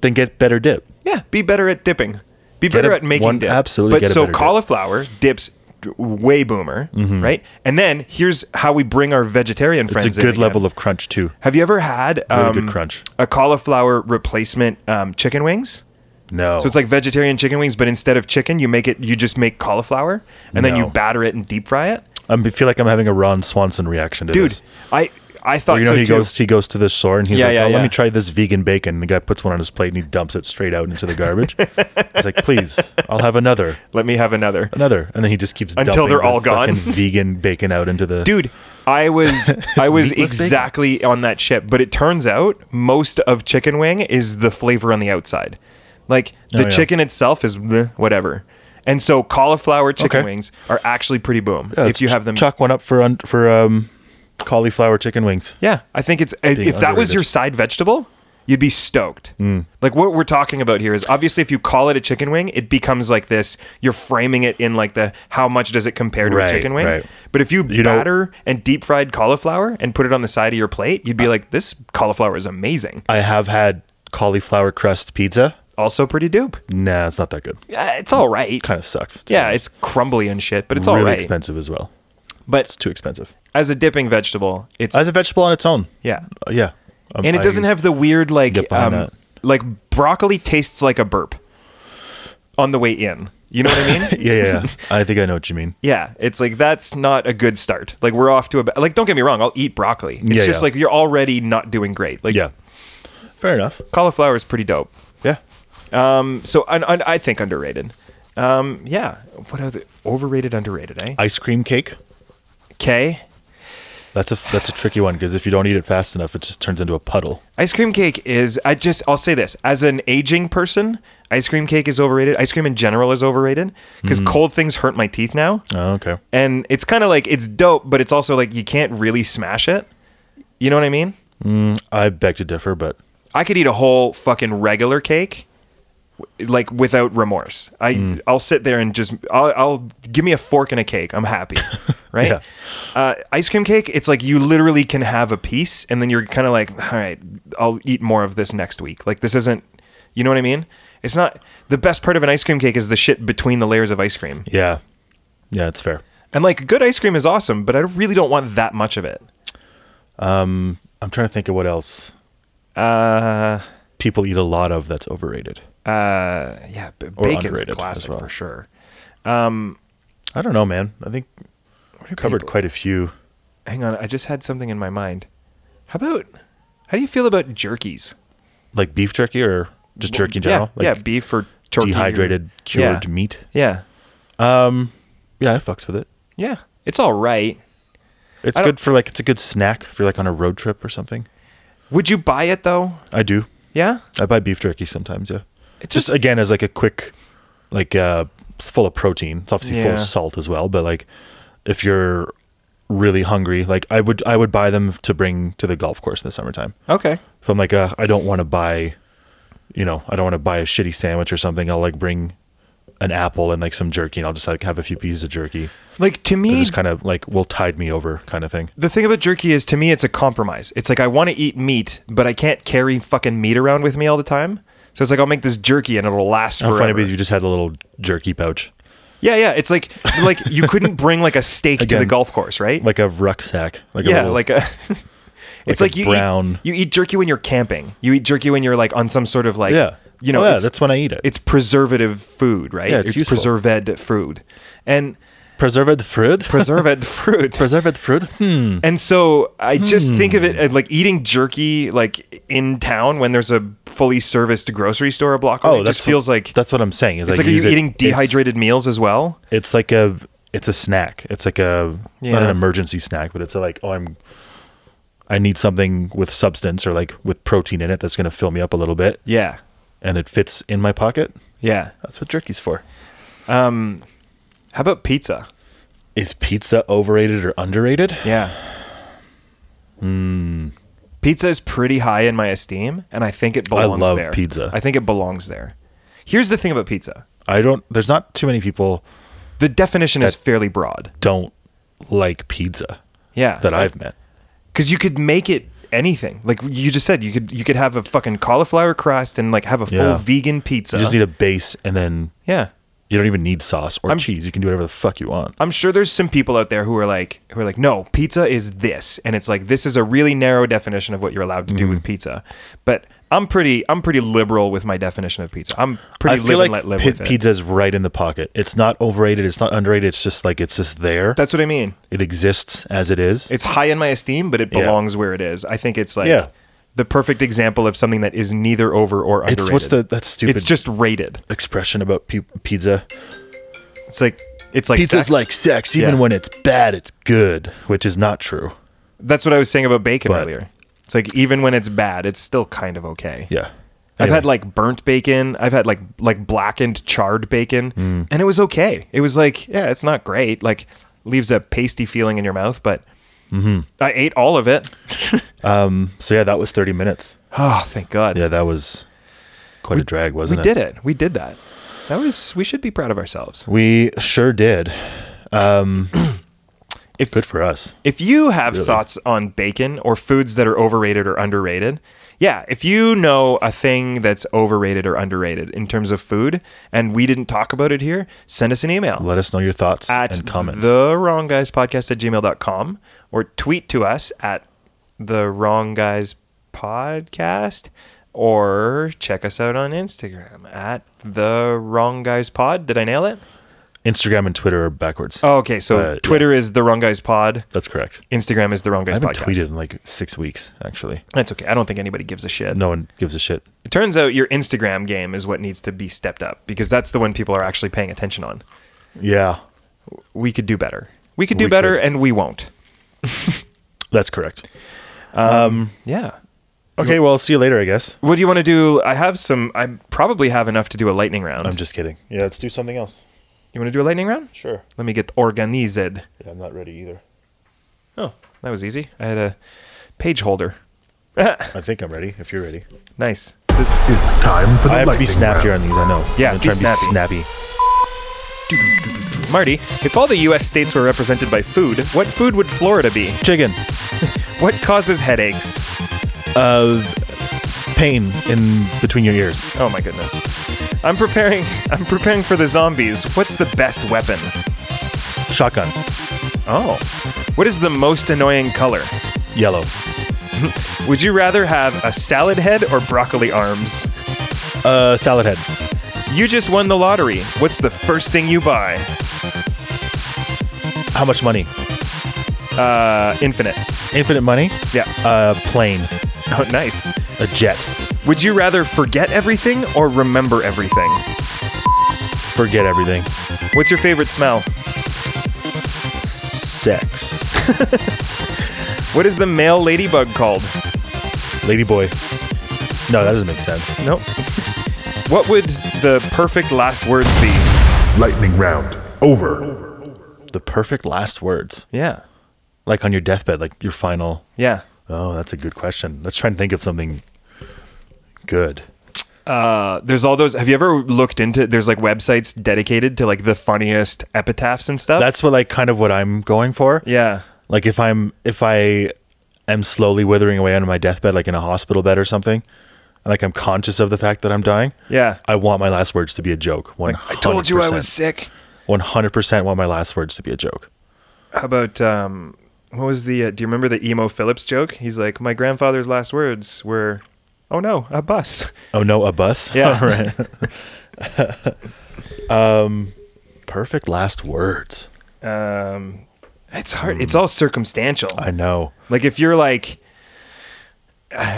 Speaker 5: then get better dip.
Speaker 3: yeah, be better at dipping. Be
Speaker 5: Get
Speaker 3: better
Speaker 5: a-
Speaker 3: at making
Speaker 5: one-
Speaker 3: dip.
Speaker 5: absolutely
Speaker 3: But
Speaker 5: get a
Speaker 3: so
Speaker 5: better dip. Mm-hmm.
Speaker 3: cauliflower dips way boomer, right? And then here's how we bring our vegetarian
Speaker 5: It's
Speaker 3: friends.
Speaker 5: a
Speaker 3: in
Speaker 5: good
Speaker 3: again.
Speaker 5: level of crunch too.
Speaker 3: Have you ever had um,
Speaker 5: Really good crunch.
Speaker 3: a cauliflower replacement um, chicken wings?
Speaker 5: No.
Speaker 3: So it's like vegetarian chicken wings, but instead of chicken, you make it. You just make cauliflower, and then you
Speaker 5: No.
Speaker 3: batter it and deep fry it.
Speaker 5: I'm- I feel like I'm having a Ron Swanson reaction to
Speaker 3: Dude,
Speaker 5: this.
Speaker 3: I I
Speaker 5: Or,
Speaker 3: thought
Speaker 5: you know,
Speaker 3: so
Speaker 5: he
Speaker 3: too.
Speaker 5: goes he goes to the store and he's
Speaker 3: Yeah,
Speaker 5: like,
Speaker 3: yeah,
Speaker 5: oh,
Speaker 3: yeah.
Speaker 5: let me try this vegan bacon. And the guy puts one on his plate and he dumps it straight out into the garbage. he's like, please, I'll have another.
Speaker 3: Let me have another.
Speaker 5: another, and then he just keeps
Speaker 3: Until
Speaker 5: dumping
Speaker 3: they're
Speaker 5: the
Speaker 3: all gone.
Speaker 5: fucking Vegan bacon out into the
Speaker 3: dude i was i was
Speaker 5: meatless bacon.
Speaker 3: exactly on that ship but it turns out most of chicken wing is the flavor on the outside like the
Speaker 5: Oh, yeah.
Speaker 3: chicken itself is bleh, whatever and so cauliflower chicken
Speaker 5: Okay.
Speaker 3: wings are actually pretty boom
Speaker 5: Yeah,
Speaker 3: if you have them
Speaker 5: Oh, chalk one up for un- for um, cauliflower chicken wings.
Speaker 3: yeah i think it's if that was
Speaker 5: underrated. Mm.
Speaker 3: your side vegetable you'd be stoked like what we're talking about here is obviously if you call it a chicken wing it becomes like this you're framing it in like the how much does it compare to
Speaker 5: Right,
Speaker 3: a chicken wing
Speaker 5: right.
Speaker 3: But if you,
Speaker 5: You know-
Speaker 3: batter and deep fried cauliflower and put it on the side of your plate,
Speaker 5: Uh.
Speaker 3: you'd be like, this cauliflower is amazing.
Speaker 5: I have had cauliflower crust pizza.
Speaker 3: Also pretty dope.
Speaker 5: Nah, it's not that good.
Speaker 3: Yeah, It's all right.
Speaker 5: Kind of sucks.
Speaker 3: Yeah, it's crumbly and shit, but it's
Speaker 5: really
Speaker 3: all right.
Speaker 5: expensive as well.
Speaker 3: But
Speaker 5: It's too expensive
Speaker 3: as a dipping vegetable, it's
Speaker 5: as a vegetable on its own.
Speaker 3: yeah.
Speaker 5: Uh, yeah, Um,
Speaker 3: And it
Speaker 5: I-
Speaker 3: doesn't have the weird
Speaker 5: get
Speaker 3: like
Speaker 5: behind
Speaker 3: um
Speaker 5: that.
Speaker 3: like broccoli tastes like a burp on the way in. You know what I mean?
Speaker 5: Yeah, yeah, yeah. I think I know what you mean.
Speaker 3: Yeah, it's like that's not a good start. Like we're off to a ba- like. Don't get me wrong, I'll eat broccoli. It's
Speaker 5: Yeah,
Speaker 3: just
Speaker 5: yeah.
Speaker 3: like you're already not doing great. Like
Speaker 5: Yeah, fair enough.
Speaker 3: cauliflower is pretty dope. Um,
Speaker 5: Yeah,
Speaker 3: So un, un, I think underrated. Um, yeah. What are the overrated, underrated? Eh?
Speaker 5: ice cream cake.
Speaker 3: Okay.
Speaker 5: That's a that's a tricky one because if you don't eat it fast enough, it just turns into a puddle.
Speaker 3: Ice cream cake is. I just. I'll say this as an aging person. Ice cream cake is overrated. Ice cream in general is overrated because cold things hurt my teeth now,
Speaker 5: Oh, okay.
Speaker 3: and it's kind of like it's dope, but it's also like you can't really smash it. You know what I mean?
Speaker 5: I beg to differ, but
Speaker 3: I could eat a whole fucking regular cake like without remorse. I I'll sit there and just I'll, I'll give me a fork and a cake. I'm happy, right?
Speaker 5: Yeah.
Speaker 3: uh, ice cream cake. It's like you literally can have a piece and then you're kind of like, all right, I'll eat more of this next week. Like this isn't, you know what I mean? It's not the best part of an ice cream cake is the shit between the layers of ice cream.
Speaker 5: Yeah. Yeah, it's fair.
Speaker 3: And like good ice cream is awesome, but I really don't want that much of it.
Speaker 5: I'm trying to think of what else. Uh people eat a lot of that's overrated.
Speaker 3: Uh, Yeah, b- bacon's a
Speaker 5: underrated as
Speaker 3: classic
Speaker 5: well.
Speaker 3: for sure.
Speaker 5: I don't know, man. I think we covered
Speaker 3: people-
Speaker 5: quite a few.
Speaker 3: Hang on, I just had something in my mind. How about how do you feel about jerkies?
Speaker 5: Like beef jerky or just jerky in general?
Speaker 3: Yeah, yeah,
Speaker 5: like
Speaker 3: beef or turkey. or-
Speaker 5: dehydrated cured
Speaker 3: Yeah.
Speaker 5: meat.
Speaker 3: Yeah.
Speaker 5: Yeah, I fucks with it.
Speaker 3: Yeah. It's all right.
Speaker 5: It's
Speaker 3: I don't-
Speaker 5: good for like it's a good snack if you're like on a road trip or something.
Speaker 3: Would you buy it though?
Speaker 5: I do.
Speaker 3: Yeah?
Speaker 5: I buy beef jerky sometimes, yeah.
Speaker 3: It
Speaker 5: just,
Speaker 3: just-
Speaker 5: again as like a quick like uh it's full of protein. It's obviously full
Speaker 3: Yeah.
Speaker 5: of salt as well, but like if you're really hungry, like I would I would buy them to bring to the golf course in the summertime.
Speaker 3: Okay.
Speaker 5: If I'm like uh, I don't want to buy you know, I don't want to buy a shitty sandwich or something, I'll like bring an apple and like some jerky and I'll just like have a few pieces of jerky.
Speaker 3: Like to
Speaker 5: It
Speaker 3: me
Speaker 5: just kind of like will tide me over kind of thing.
Speaker 3: the thing about jerky is to me it's a compromise. It's like I want to eat meat, but I can't carry fucking meat around with me all the time. So it's like I'll make this jerky and it'll last
Speaker 5: How
Speaker 3: forever.
Speaker 5: funny because you just had a little jerky pouch.
Speaker 3: yeah, yeah. It's like like you couldn't bring like a steak to the
Speaker 5: Again,
Speaker 3: golf course, right?
Speaker 5: Like a rucksack. Like
Speaker 3: yeah,
Speaker 5: a little,
Speaker 3: like a. it's
Speaker 5: a
Speaker 3: like, you
Speaker 5: brown-
Speaker 3: Eat, you eat jerky when you're camping. You eat jerky when you're like on some sort of like
Speaker 5: Yeah.
Speaker 3: You know,
Speaker 5: Oh, yeah,
Speaker 3: it's-
Speaker 5: that's when I eat it.
Speaker 3: It's preservative food, right?
Speaker 5: Yeah, it's useful.
Speaker 3: preserved food, and
Speaker 5: preserved fruit.
Speaker 3: preserved fruit.
Speaker 5: preserved fruit. Hmm.
Speaker 3: And so I just think of it as like eating jerky like in town when there's a fully serviced grocery store a block away. it just
Speaker 5: what-
Speaker 3: Oh, feels like
Speaker 5: Oh, that's what I'm saying. Is
Speaker 3: it's
Speaker 5: like
Speaker 3: like are
Speaker 5: use
Speaker 3: you
Speaker 5: it-
Speaker 3: eating dehydrated meals as well?
Speaker 5: It's, it's like a it's a snack. It's like a not
Speaker 3: Yeah.
Speaker 5: an emergency snack, but it's like oh I'm I need something with substance or like with protein in it that's going to fill me up a little bit,
Speaker 3: Yeah,
Speaker 5: and it fits in my pocket.
Speaker 3: yeah.
Speaker 5: That's what jerky's for.
Speaker 3: How about pizza?
Speaker 5: Is pizza overrated or underrated?
Speaker 3: Yeah. Hmm. Pizza is pretty high in my esteem, and I think it belongs
Speaker 5: love
Speaker 3: there.
Speaker 5: pizza.
Speaker 3: I think it belongs there. Here's the thing about pizza.
Speaker 5: I don't. There's not too many people
Speaker 3: The definition is
Speaker 5: That-
Speaker 3: fairly broad.
Speaker 5: don't like pizza
Speaker 3: Yeah.
Speaker 5: that I've met.
Speaker 3: Cuz you could make it anything. Like you just said you could you could have a fucking cauliflower crust and like have a full
Speaker 5: Yeah.
Speaker 3: vegan pizza.
Speaker 5: You just need a base, and then
Speaker 3: yeah.
Speaker 5: you don't even need sauce or
Speaker 3: I'm-
Speaker 5: cheese. You can do whatever the fuck you want.
Speaker 3: I'm sure there's some people out there who are like who are like no, pizza is this and it's like this is a really narrow definition of what you're allowed to do
Speaker 5: Mm-hmm.
Speaker 3: with pizza. But I'm pretty I'm pretty liberal with my definition of pizza. I'm pretty
Speaker 5: I feel
Speaker 3: live
Speaker 5: like
Speaker 3: and let live
Speaker 5: pi-
Speaker 3: with it.
Speaker 5: pizza's right in the pocket. It's not overrated. It's not underrated. It's just like it's just there.
Speaker 3: That's what I mean.
Speaker 5: it exists as it is.
Speaker 3: It's high in my esteem, but it
Speaker 5: Yeah.
Speaker 3: belongs where it is. I think it's like
Speaker 5: Yeah.
Speaker 3: the perfect example of something that is neither over or underrated.
Speaker 5: It's what's the that's stupid
Speaker 3: It's just rated.
Speaker 5: expression about pi- pizza.
Speaker 3: It's like it's like
Speaker 5: Pizza's
Speaker 3: sex.
Speaker 5: like sex. Even
Speaker 3: Yeah.
Speaker 5: when it's bad, it's good, which is not true.
Speaker 3: that's what I was saying about bacon
Speaker 5: But-
Speaker 3: earlier. It's like even when it's bad, it's still kind of okay.
Speaker 5: Yeah.
Speaker 3: I've
Speaker 5: Anyway,
Speaker 3: had like burnt bacon. I've had like like blackened charred bacon,
Speaker 5: Mm.
Speaker 3: and it was okay. It was like yeah, it's not great. Like leaves a pasty feeling in your mouth, but
Speaker 5: Mm-hmm.
Speaker 3: I ate all of it.
Speaker 5: so yeah, that was thirty minutes.
Speaker 3: Oh, thank God.
Speaker 5: Yeah, that was quite a drag,
Speaker 3: we
Speaker 5: wasn't it?
Speaker 3: did it. We did that. That was we should be proud of ourselves.
Speaker 5: We sure did.
Speaker 3: If
Speaker 5: Good for us.
Speaker 3: If you have thoughts on bacon or foods that are overrated or underrated, yeah, if you know a thing that's overrated or underrated in terms of food and we didn't talk about it here, send us an email
Speaker 5: Let us know your thoughts
Speaker 3: at
Speaker 5: and comments.
Speaker 3: the wrong guys podcast at gmail.com or tweet to us at the wrong guys podcast or check us out on Instagram at the wrong guys pod. Did I nail it?
Speaker 5: Instagram and Twitter are backwards.
Speaker 3: Oh, okay. So
Speaker 5: Uh, yeah.
Speaker 3: Twitter is the wrong guys pod.
Speaker 5: That's correct.
Speaker 3: Instagram is the wrong
Speaker 5: I
Speaker 3: guys
Speaker 5: haven't
Speaker 3: podcast.
Speaker 5: tweeted in like six weeks, actually.
Speaker 3: That's okay. I don't think anybody gives a shit.
Speaker 5: No one gives a shit.
Speaker 3: It turns out your Instagram game is what needs to be stepped up because that's the one people are actually paying attention on.
Speaker 5: Yeah,
Speaker 3: We could do better. We could do
Speaker 5: We
Speaker 3: better
Speaker 5: could.
Speaker 3: and we won't.
Speaker 5: that's correct.
Speaker 3: Yeah.
Speaker 5: Okay, well, see you later, I guess.
Speaker 3: What do you want to do? I have some I probably have enough to do a lightning round.
Speaker 5: I'm just kidding. Yeah, let's do something else.
Speaker 3: you want to do a lightning round?
Speaker 5: Sure.
Speaker 3: Let me get organized. That
Speaker 5: Yeah, I'm not ready either.
Speaker 3: Oh. was easy. I had a page holder.
Speaker 5: I think I'm ready if you're ready.
Speaker 3: Nice.
Speaker 1: It's time for the
Speaker 5: I have to be
Speaker 1: lightning
Speaker 5: snappier
Speaker 1: round.
Speaker 5: on these. I know.
Speaker 3: Yeah,
Speaker 5: I'm
Speaker 3: be
Speaker 5: trying to be
Speaker 3: snappy.
Speaker 5: snappy.
Speaker 3: Marty, if all the U.S. states were represented by food, what food would Florida be?
Speaker 5: Chicken.
Speaker 3: What causes headaches?
Speaker 5: Uh, pain in between your ears.
Speaker 3: Oh my goodness. I'm preparing. I'm preparing for the zombies. What's the best weapon?
Speaker 5: Shotgun.
Speaker 3: Oh. What is the most annoying color?
Speaker 5: Yellow.
Speaker 3: Would you rather have a salad head or broccoli arms?
Speaker 5: Uh, salad head.
Speaker 3: You just won the lottery. What's the first thing you buy?
Speaker 5: How much money?
Speaker 3: Uh, infinite.
Speaker 5: Infinite money.
Speaker 3: Yeah.
Speaker 5: Uh, plane.
Speaker 3: Oh, nice.
Speaker 5: A jet.
Speaker 3: Would you rather forget everything or remember everything?
Speaker 5: Forget everything.
Speaker 3: What's your favorite smell?
Speaker 5: Sex.
Speaker 3: What is the male ladybug called?
Speaker 5: Ladyboy. No, that doesn't make sense.
Speaker 3: Nope. what would the perfect last words be?
Speaker 1: Lightning round over.
Speaker 5: The perfect last words.
Speaker 3: Yeah.
Speaker 5: Like on your deathbed, like your final.
Speaker 3: Yeah.
Speaker 5: Oh, that's a good question. Let's try and think of something good.
Speaker 3: Uh, there's all those. Have you ever looked into? There's like websites dedicated to like the funniest epitaphs and stuff.
Speaker 5: That's what like kind of what I'm going for.
Speaker 3: yeah.
Speaker 5: Like if I'm if I am slowly withering away on my deathbed, like in a hospital bed or something, and like I'm conscious of the fact that I'm dying.
Speaker 3: Yeah.
Speaker 5: I want my last words to be a joke. One
Speaker 3: I told you I was sick.
Speaker 5: One hundred percent want my last words to be a joke.
Speaker 3: How about um, what was the? Uh, do you remember the emo Phillips joke? He's like, my grandfather's last words were, "Oh no, a bus."
Speaker 5: Oh no, a bus.
Speaker 3: Yeah.
Speaker 5: All right. um, perfect last words.
Speaker 3: Um, it's hard. It's all circumstantial.
Speaker 5: Hmm. I know.
Speaker 3: Like if you're like.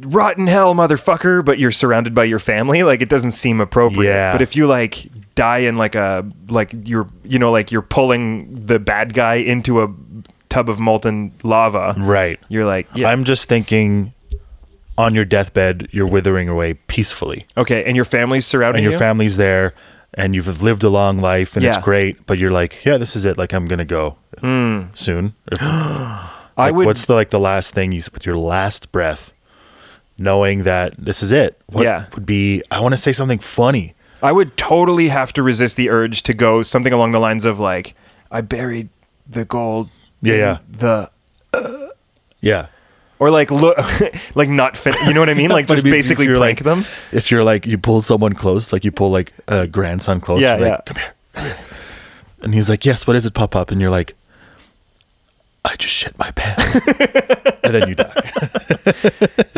Speaker 3: Rotten hell, motherfucker! But you're surrounded by your family. Like it doesn't seem appropriate.
Speaker 5: Yeah.
Speaker 3: But if you like die in like a like you're you know like you're pulling the bad guy into a tub of molten lava.
Speaker 5: Right.
Speaker 3: You're like yeah.
Speaker 5: I'm just thinking. On your deathbed, you're withering away peacefully,
Speaker 3: okay, and your family's surrounding
Speaker 5: and your
Speaker 3: you?
Speaker 5: family's there, and you've lived a long life, and it's
Speaker 3: Yeah. Hmm.
Speaker 5: great. But you're like, yeah, this is it. Like I'm gonna go soon. If-
Speaker 3: I
Speaker 5: Like,
Speaker 3: would.
Speaker 5: What's the like the last thing you s- with your last breath, knowing that this is it? What
Speaker 3: Yeah.
Speaker 5: would be? I want to say something funny.
Speaker 3: I would totally have to resist the urge to go something along the lines of like, I buried the gold.
Speaker 5: Yeah,
Speaker 3: in
Speaker 5: yeah.
Speaker 3: The
Speaker 5: Yeah.
Speaker 3: or like look, like not fit. You know what I mean? Like
Speaker 5: But
Speaker 3: just
Speaker 5: if- if
Speaker 3: basically
Speaker 5: you're,
Speaker 3: plank
Speaker 5: like-
Speaker 3: them.
Speaker 5: If you're like you pull someone close, like you pull like a grandson close.
Speaker 3: Yeah,
Speaker 5: you're like,
Speaker 3: yeah.
Speaker 5: Come here, come here. And he's like, "Yes, what is it?" Pop up, and you're like, "I just shit my pants," and then you die.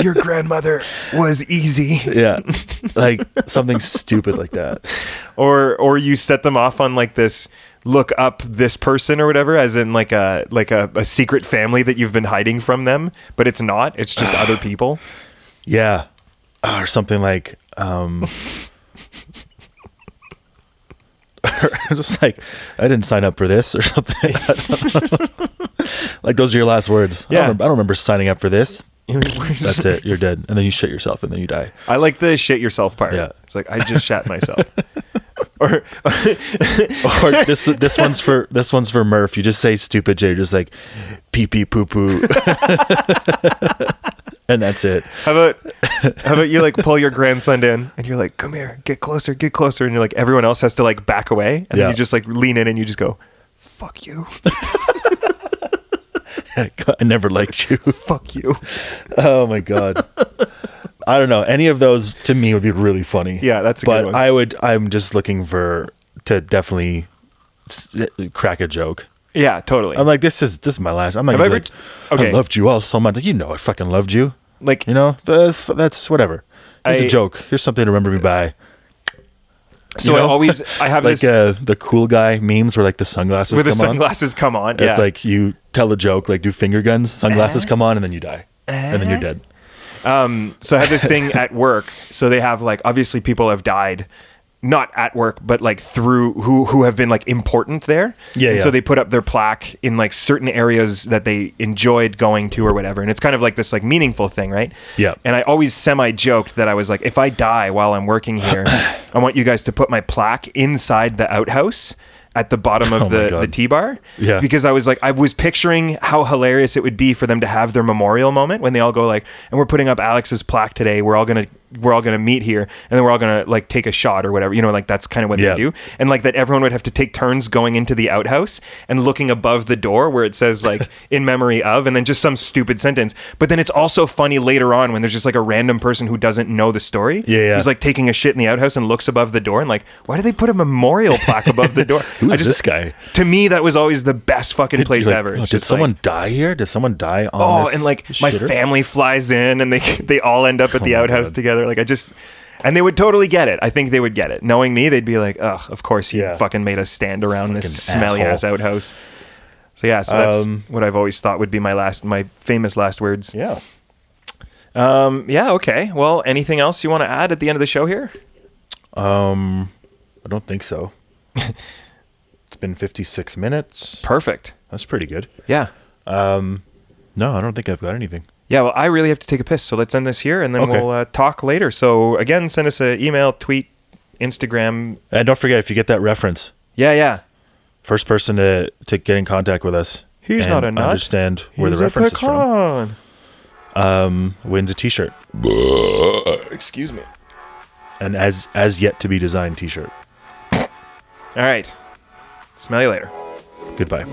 Speaker 3: Your grandmother was easy.
Speaker 5: Yeah, like something stupid like that.
Speaker 3: Or or you set them off on like this look up this person or whatever as in like a like a, a secret family that you've been hiding from them but it's not it's just other people
Speaker 5: Yeah, or something like um, just like I didn't sign up for this or something. like those are your last words. I
Speaker 3: Yeah.
Speaker 5: don't, remem- I don't remember signing up for this. That's it. You're dead, and then you shit yourself, and then you die.
Speaker 3: I like the shit yourself part
Speaker 5: Yeah.
Speaker 3: it's like I just shat myself or
Speaker 5: Or this this one's for this one's for Murph. You just say stupid J. Just like pee pee poo poo, and that's it.
Speaker 3: How about how about you like pull your grandson in and you're like, come here, get closer, get closer, and you're like everyone else has to like back away, and
Speaker 5: Yeah.
Speaker 3: then you just like lean in and you just go, fuck you,
Speaker 5: I never liked you.
Speaker 3: fuck you.
Speaker 5: Oh my god. I don't know. Any of those to me would be really funny.
Speaker 3: Yeah, that's a
Speaker 5: but
Speaker 3: good one.
Speaker 5: I would. I'm just looking for to definitely s- crack a joke.
Speaker 3: Yeah, totally.
Speaker 5: I'm like, this is this is my last. I'm like,
Speaker 3: Have I
Speaker 5: like
Speaker 3: ever- okay.
Speaker 5: I loved you all so much. Like, you know, I fucking loved you.
Speaker 3: Like-
Speaker 5: you know, that's, that's whatever. It's
Speaker 3: I-
Speaker 5: a joke. Here's something to remember me by.
Speaker 3: so
Speaker 5: you
Speaker 3: I
Speaker 5: know?
Speaker 3: always I have
Speaker 5: Like
Speaker 3: this
Speaker 5: uh, the cool guy memes where like the sunglasses
Speaker 3: with the
Speaker 5: come on.
Speaker 3: sunglasses come on.
Speaker 5: It's
Speaker 3: Yeah. Uh-huh.
Speaker 5: like you tell a joke, like do finger guns, sunglasses come on, and then you die, and then you're dead.
Speaker 3: so I have this thing at work. So they have like obviously people have died, not at work, but like through who who have been like important there.
Speaker 5: Yeah,
Speaker 3: And
Speaker 5: yeah.
Speaker 3: So they put up their plaque in like certain areas that they enjoyed going to or whatever, and it's kind of like this like meaningful thing, right?
Speaker 5: Yeah.
Speaker 3: And I always semi joked that I was like, if I die while I'm working here, I want you guys to put my plaque inside the outhouse. At the bottom
Speaker 5: Oh
Speaker 3: of
Speaker 5: my
Speaker 3: the,
Speaker 5: God.
Speaker 3: the T bar,
Speaker 5: Yeah.
Speaker 3: because I was like, I was picturing how hilarious it would be for them to have their memorial moment when they all go like, and we're putting up Alex's plaque today. We're all gonna we're all gonna meet here, and then we're all gonna like take a shot or whatever. You know, like that's kind of what
Speaker 5: Yeah.
Speaker 3: they do, and like that everyone would have to take turns going into the outhouse and looking above the door where it says like in memory of, and then just some stupid sentence. But then it's also funny later on when there's just like a random person who doesn't know the story.
Speaker 5: Yeah, yeah.
Speaker 3: who's like taking a shit in the outhouse and looks above the door and like, why did they put a memorial plaque above the door?
Speaker 5: Who is this guy?
Speaker 3: To me, that was always the best fucking place
Speaker 5: You're like,
Speaker 3: ever.
Speaker 5: "Oh,
Speaker 3: It's
Speaker 5: did
Speaker 3: just, like,
Speaker 5: someone die here? Did someone die on
Speaker 3: Oh,
Speaker 5: this
Speaker 3: and like my
Speaker 5: shitter?"
Speaker 3: family flies in, and they they all end up at the
Speaker 5: Oh my
Speaker 3: outhouse
Speaker 5: God.
Speaker 3: together. Like I just, and they would totally get it. I think they would get it. Knowing me, they'd be like, "Ugh, of course he
Speaker 5: Yeah.
Speaker 3: fucking made us stand around this
Speaker 5: Fucking
Speaker 3: smelly ass
Speaker 5: asshole."
Speaker 3: outhouse." So yeah, so that's
Speaker 5: Um,
Speaker 3: what I've always thought would be my last, my famous last words.
Speaker 5: Yeah.
Speaker 3: Um, yeah. Okay. Well, anything else you want to add at the end of the show here?
Speaker 5: Um, I don't think so. it's been 56 minutes.
Speaker 3: Perfect.
Speaker 5: That's pretty good.
Speaker 3: Yeah.
Speaker 5: No, I don't think I've got anything.
Speaker 3: Yeah, well, I really have to take a piss, so let's end this here, and then
Speaker 5: Okay.
Speaker 3: we'll uh, talk later. So again, send us an email, tweet, Instagram.
Speaker 5: And don't forget, if you get that reference,
Speaker 3: Yeah, yeah.
Speaker 5: first person to, to get in contact with us.
Speaker 3: He's
Speaker 5: and
Speaker 3: not a nut.
Speaker 5: Understand where
Speaker 3: He's
Speaker 5: the
Speaker 3: a
Speaker 5: reference is from.
Speaker 3: pecan.
Speaker 5: Wins a T-shirt,
Speaker 3: Excuse me.
Speaker 5: an as as yet to be designed T-shirt.
Speaker 3: All right. Smell you later.
Speaker 5: Goodbye.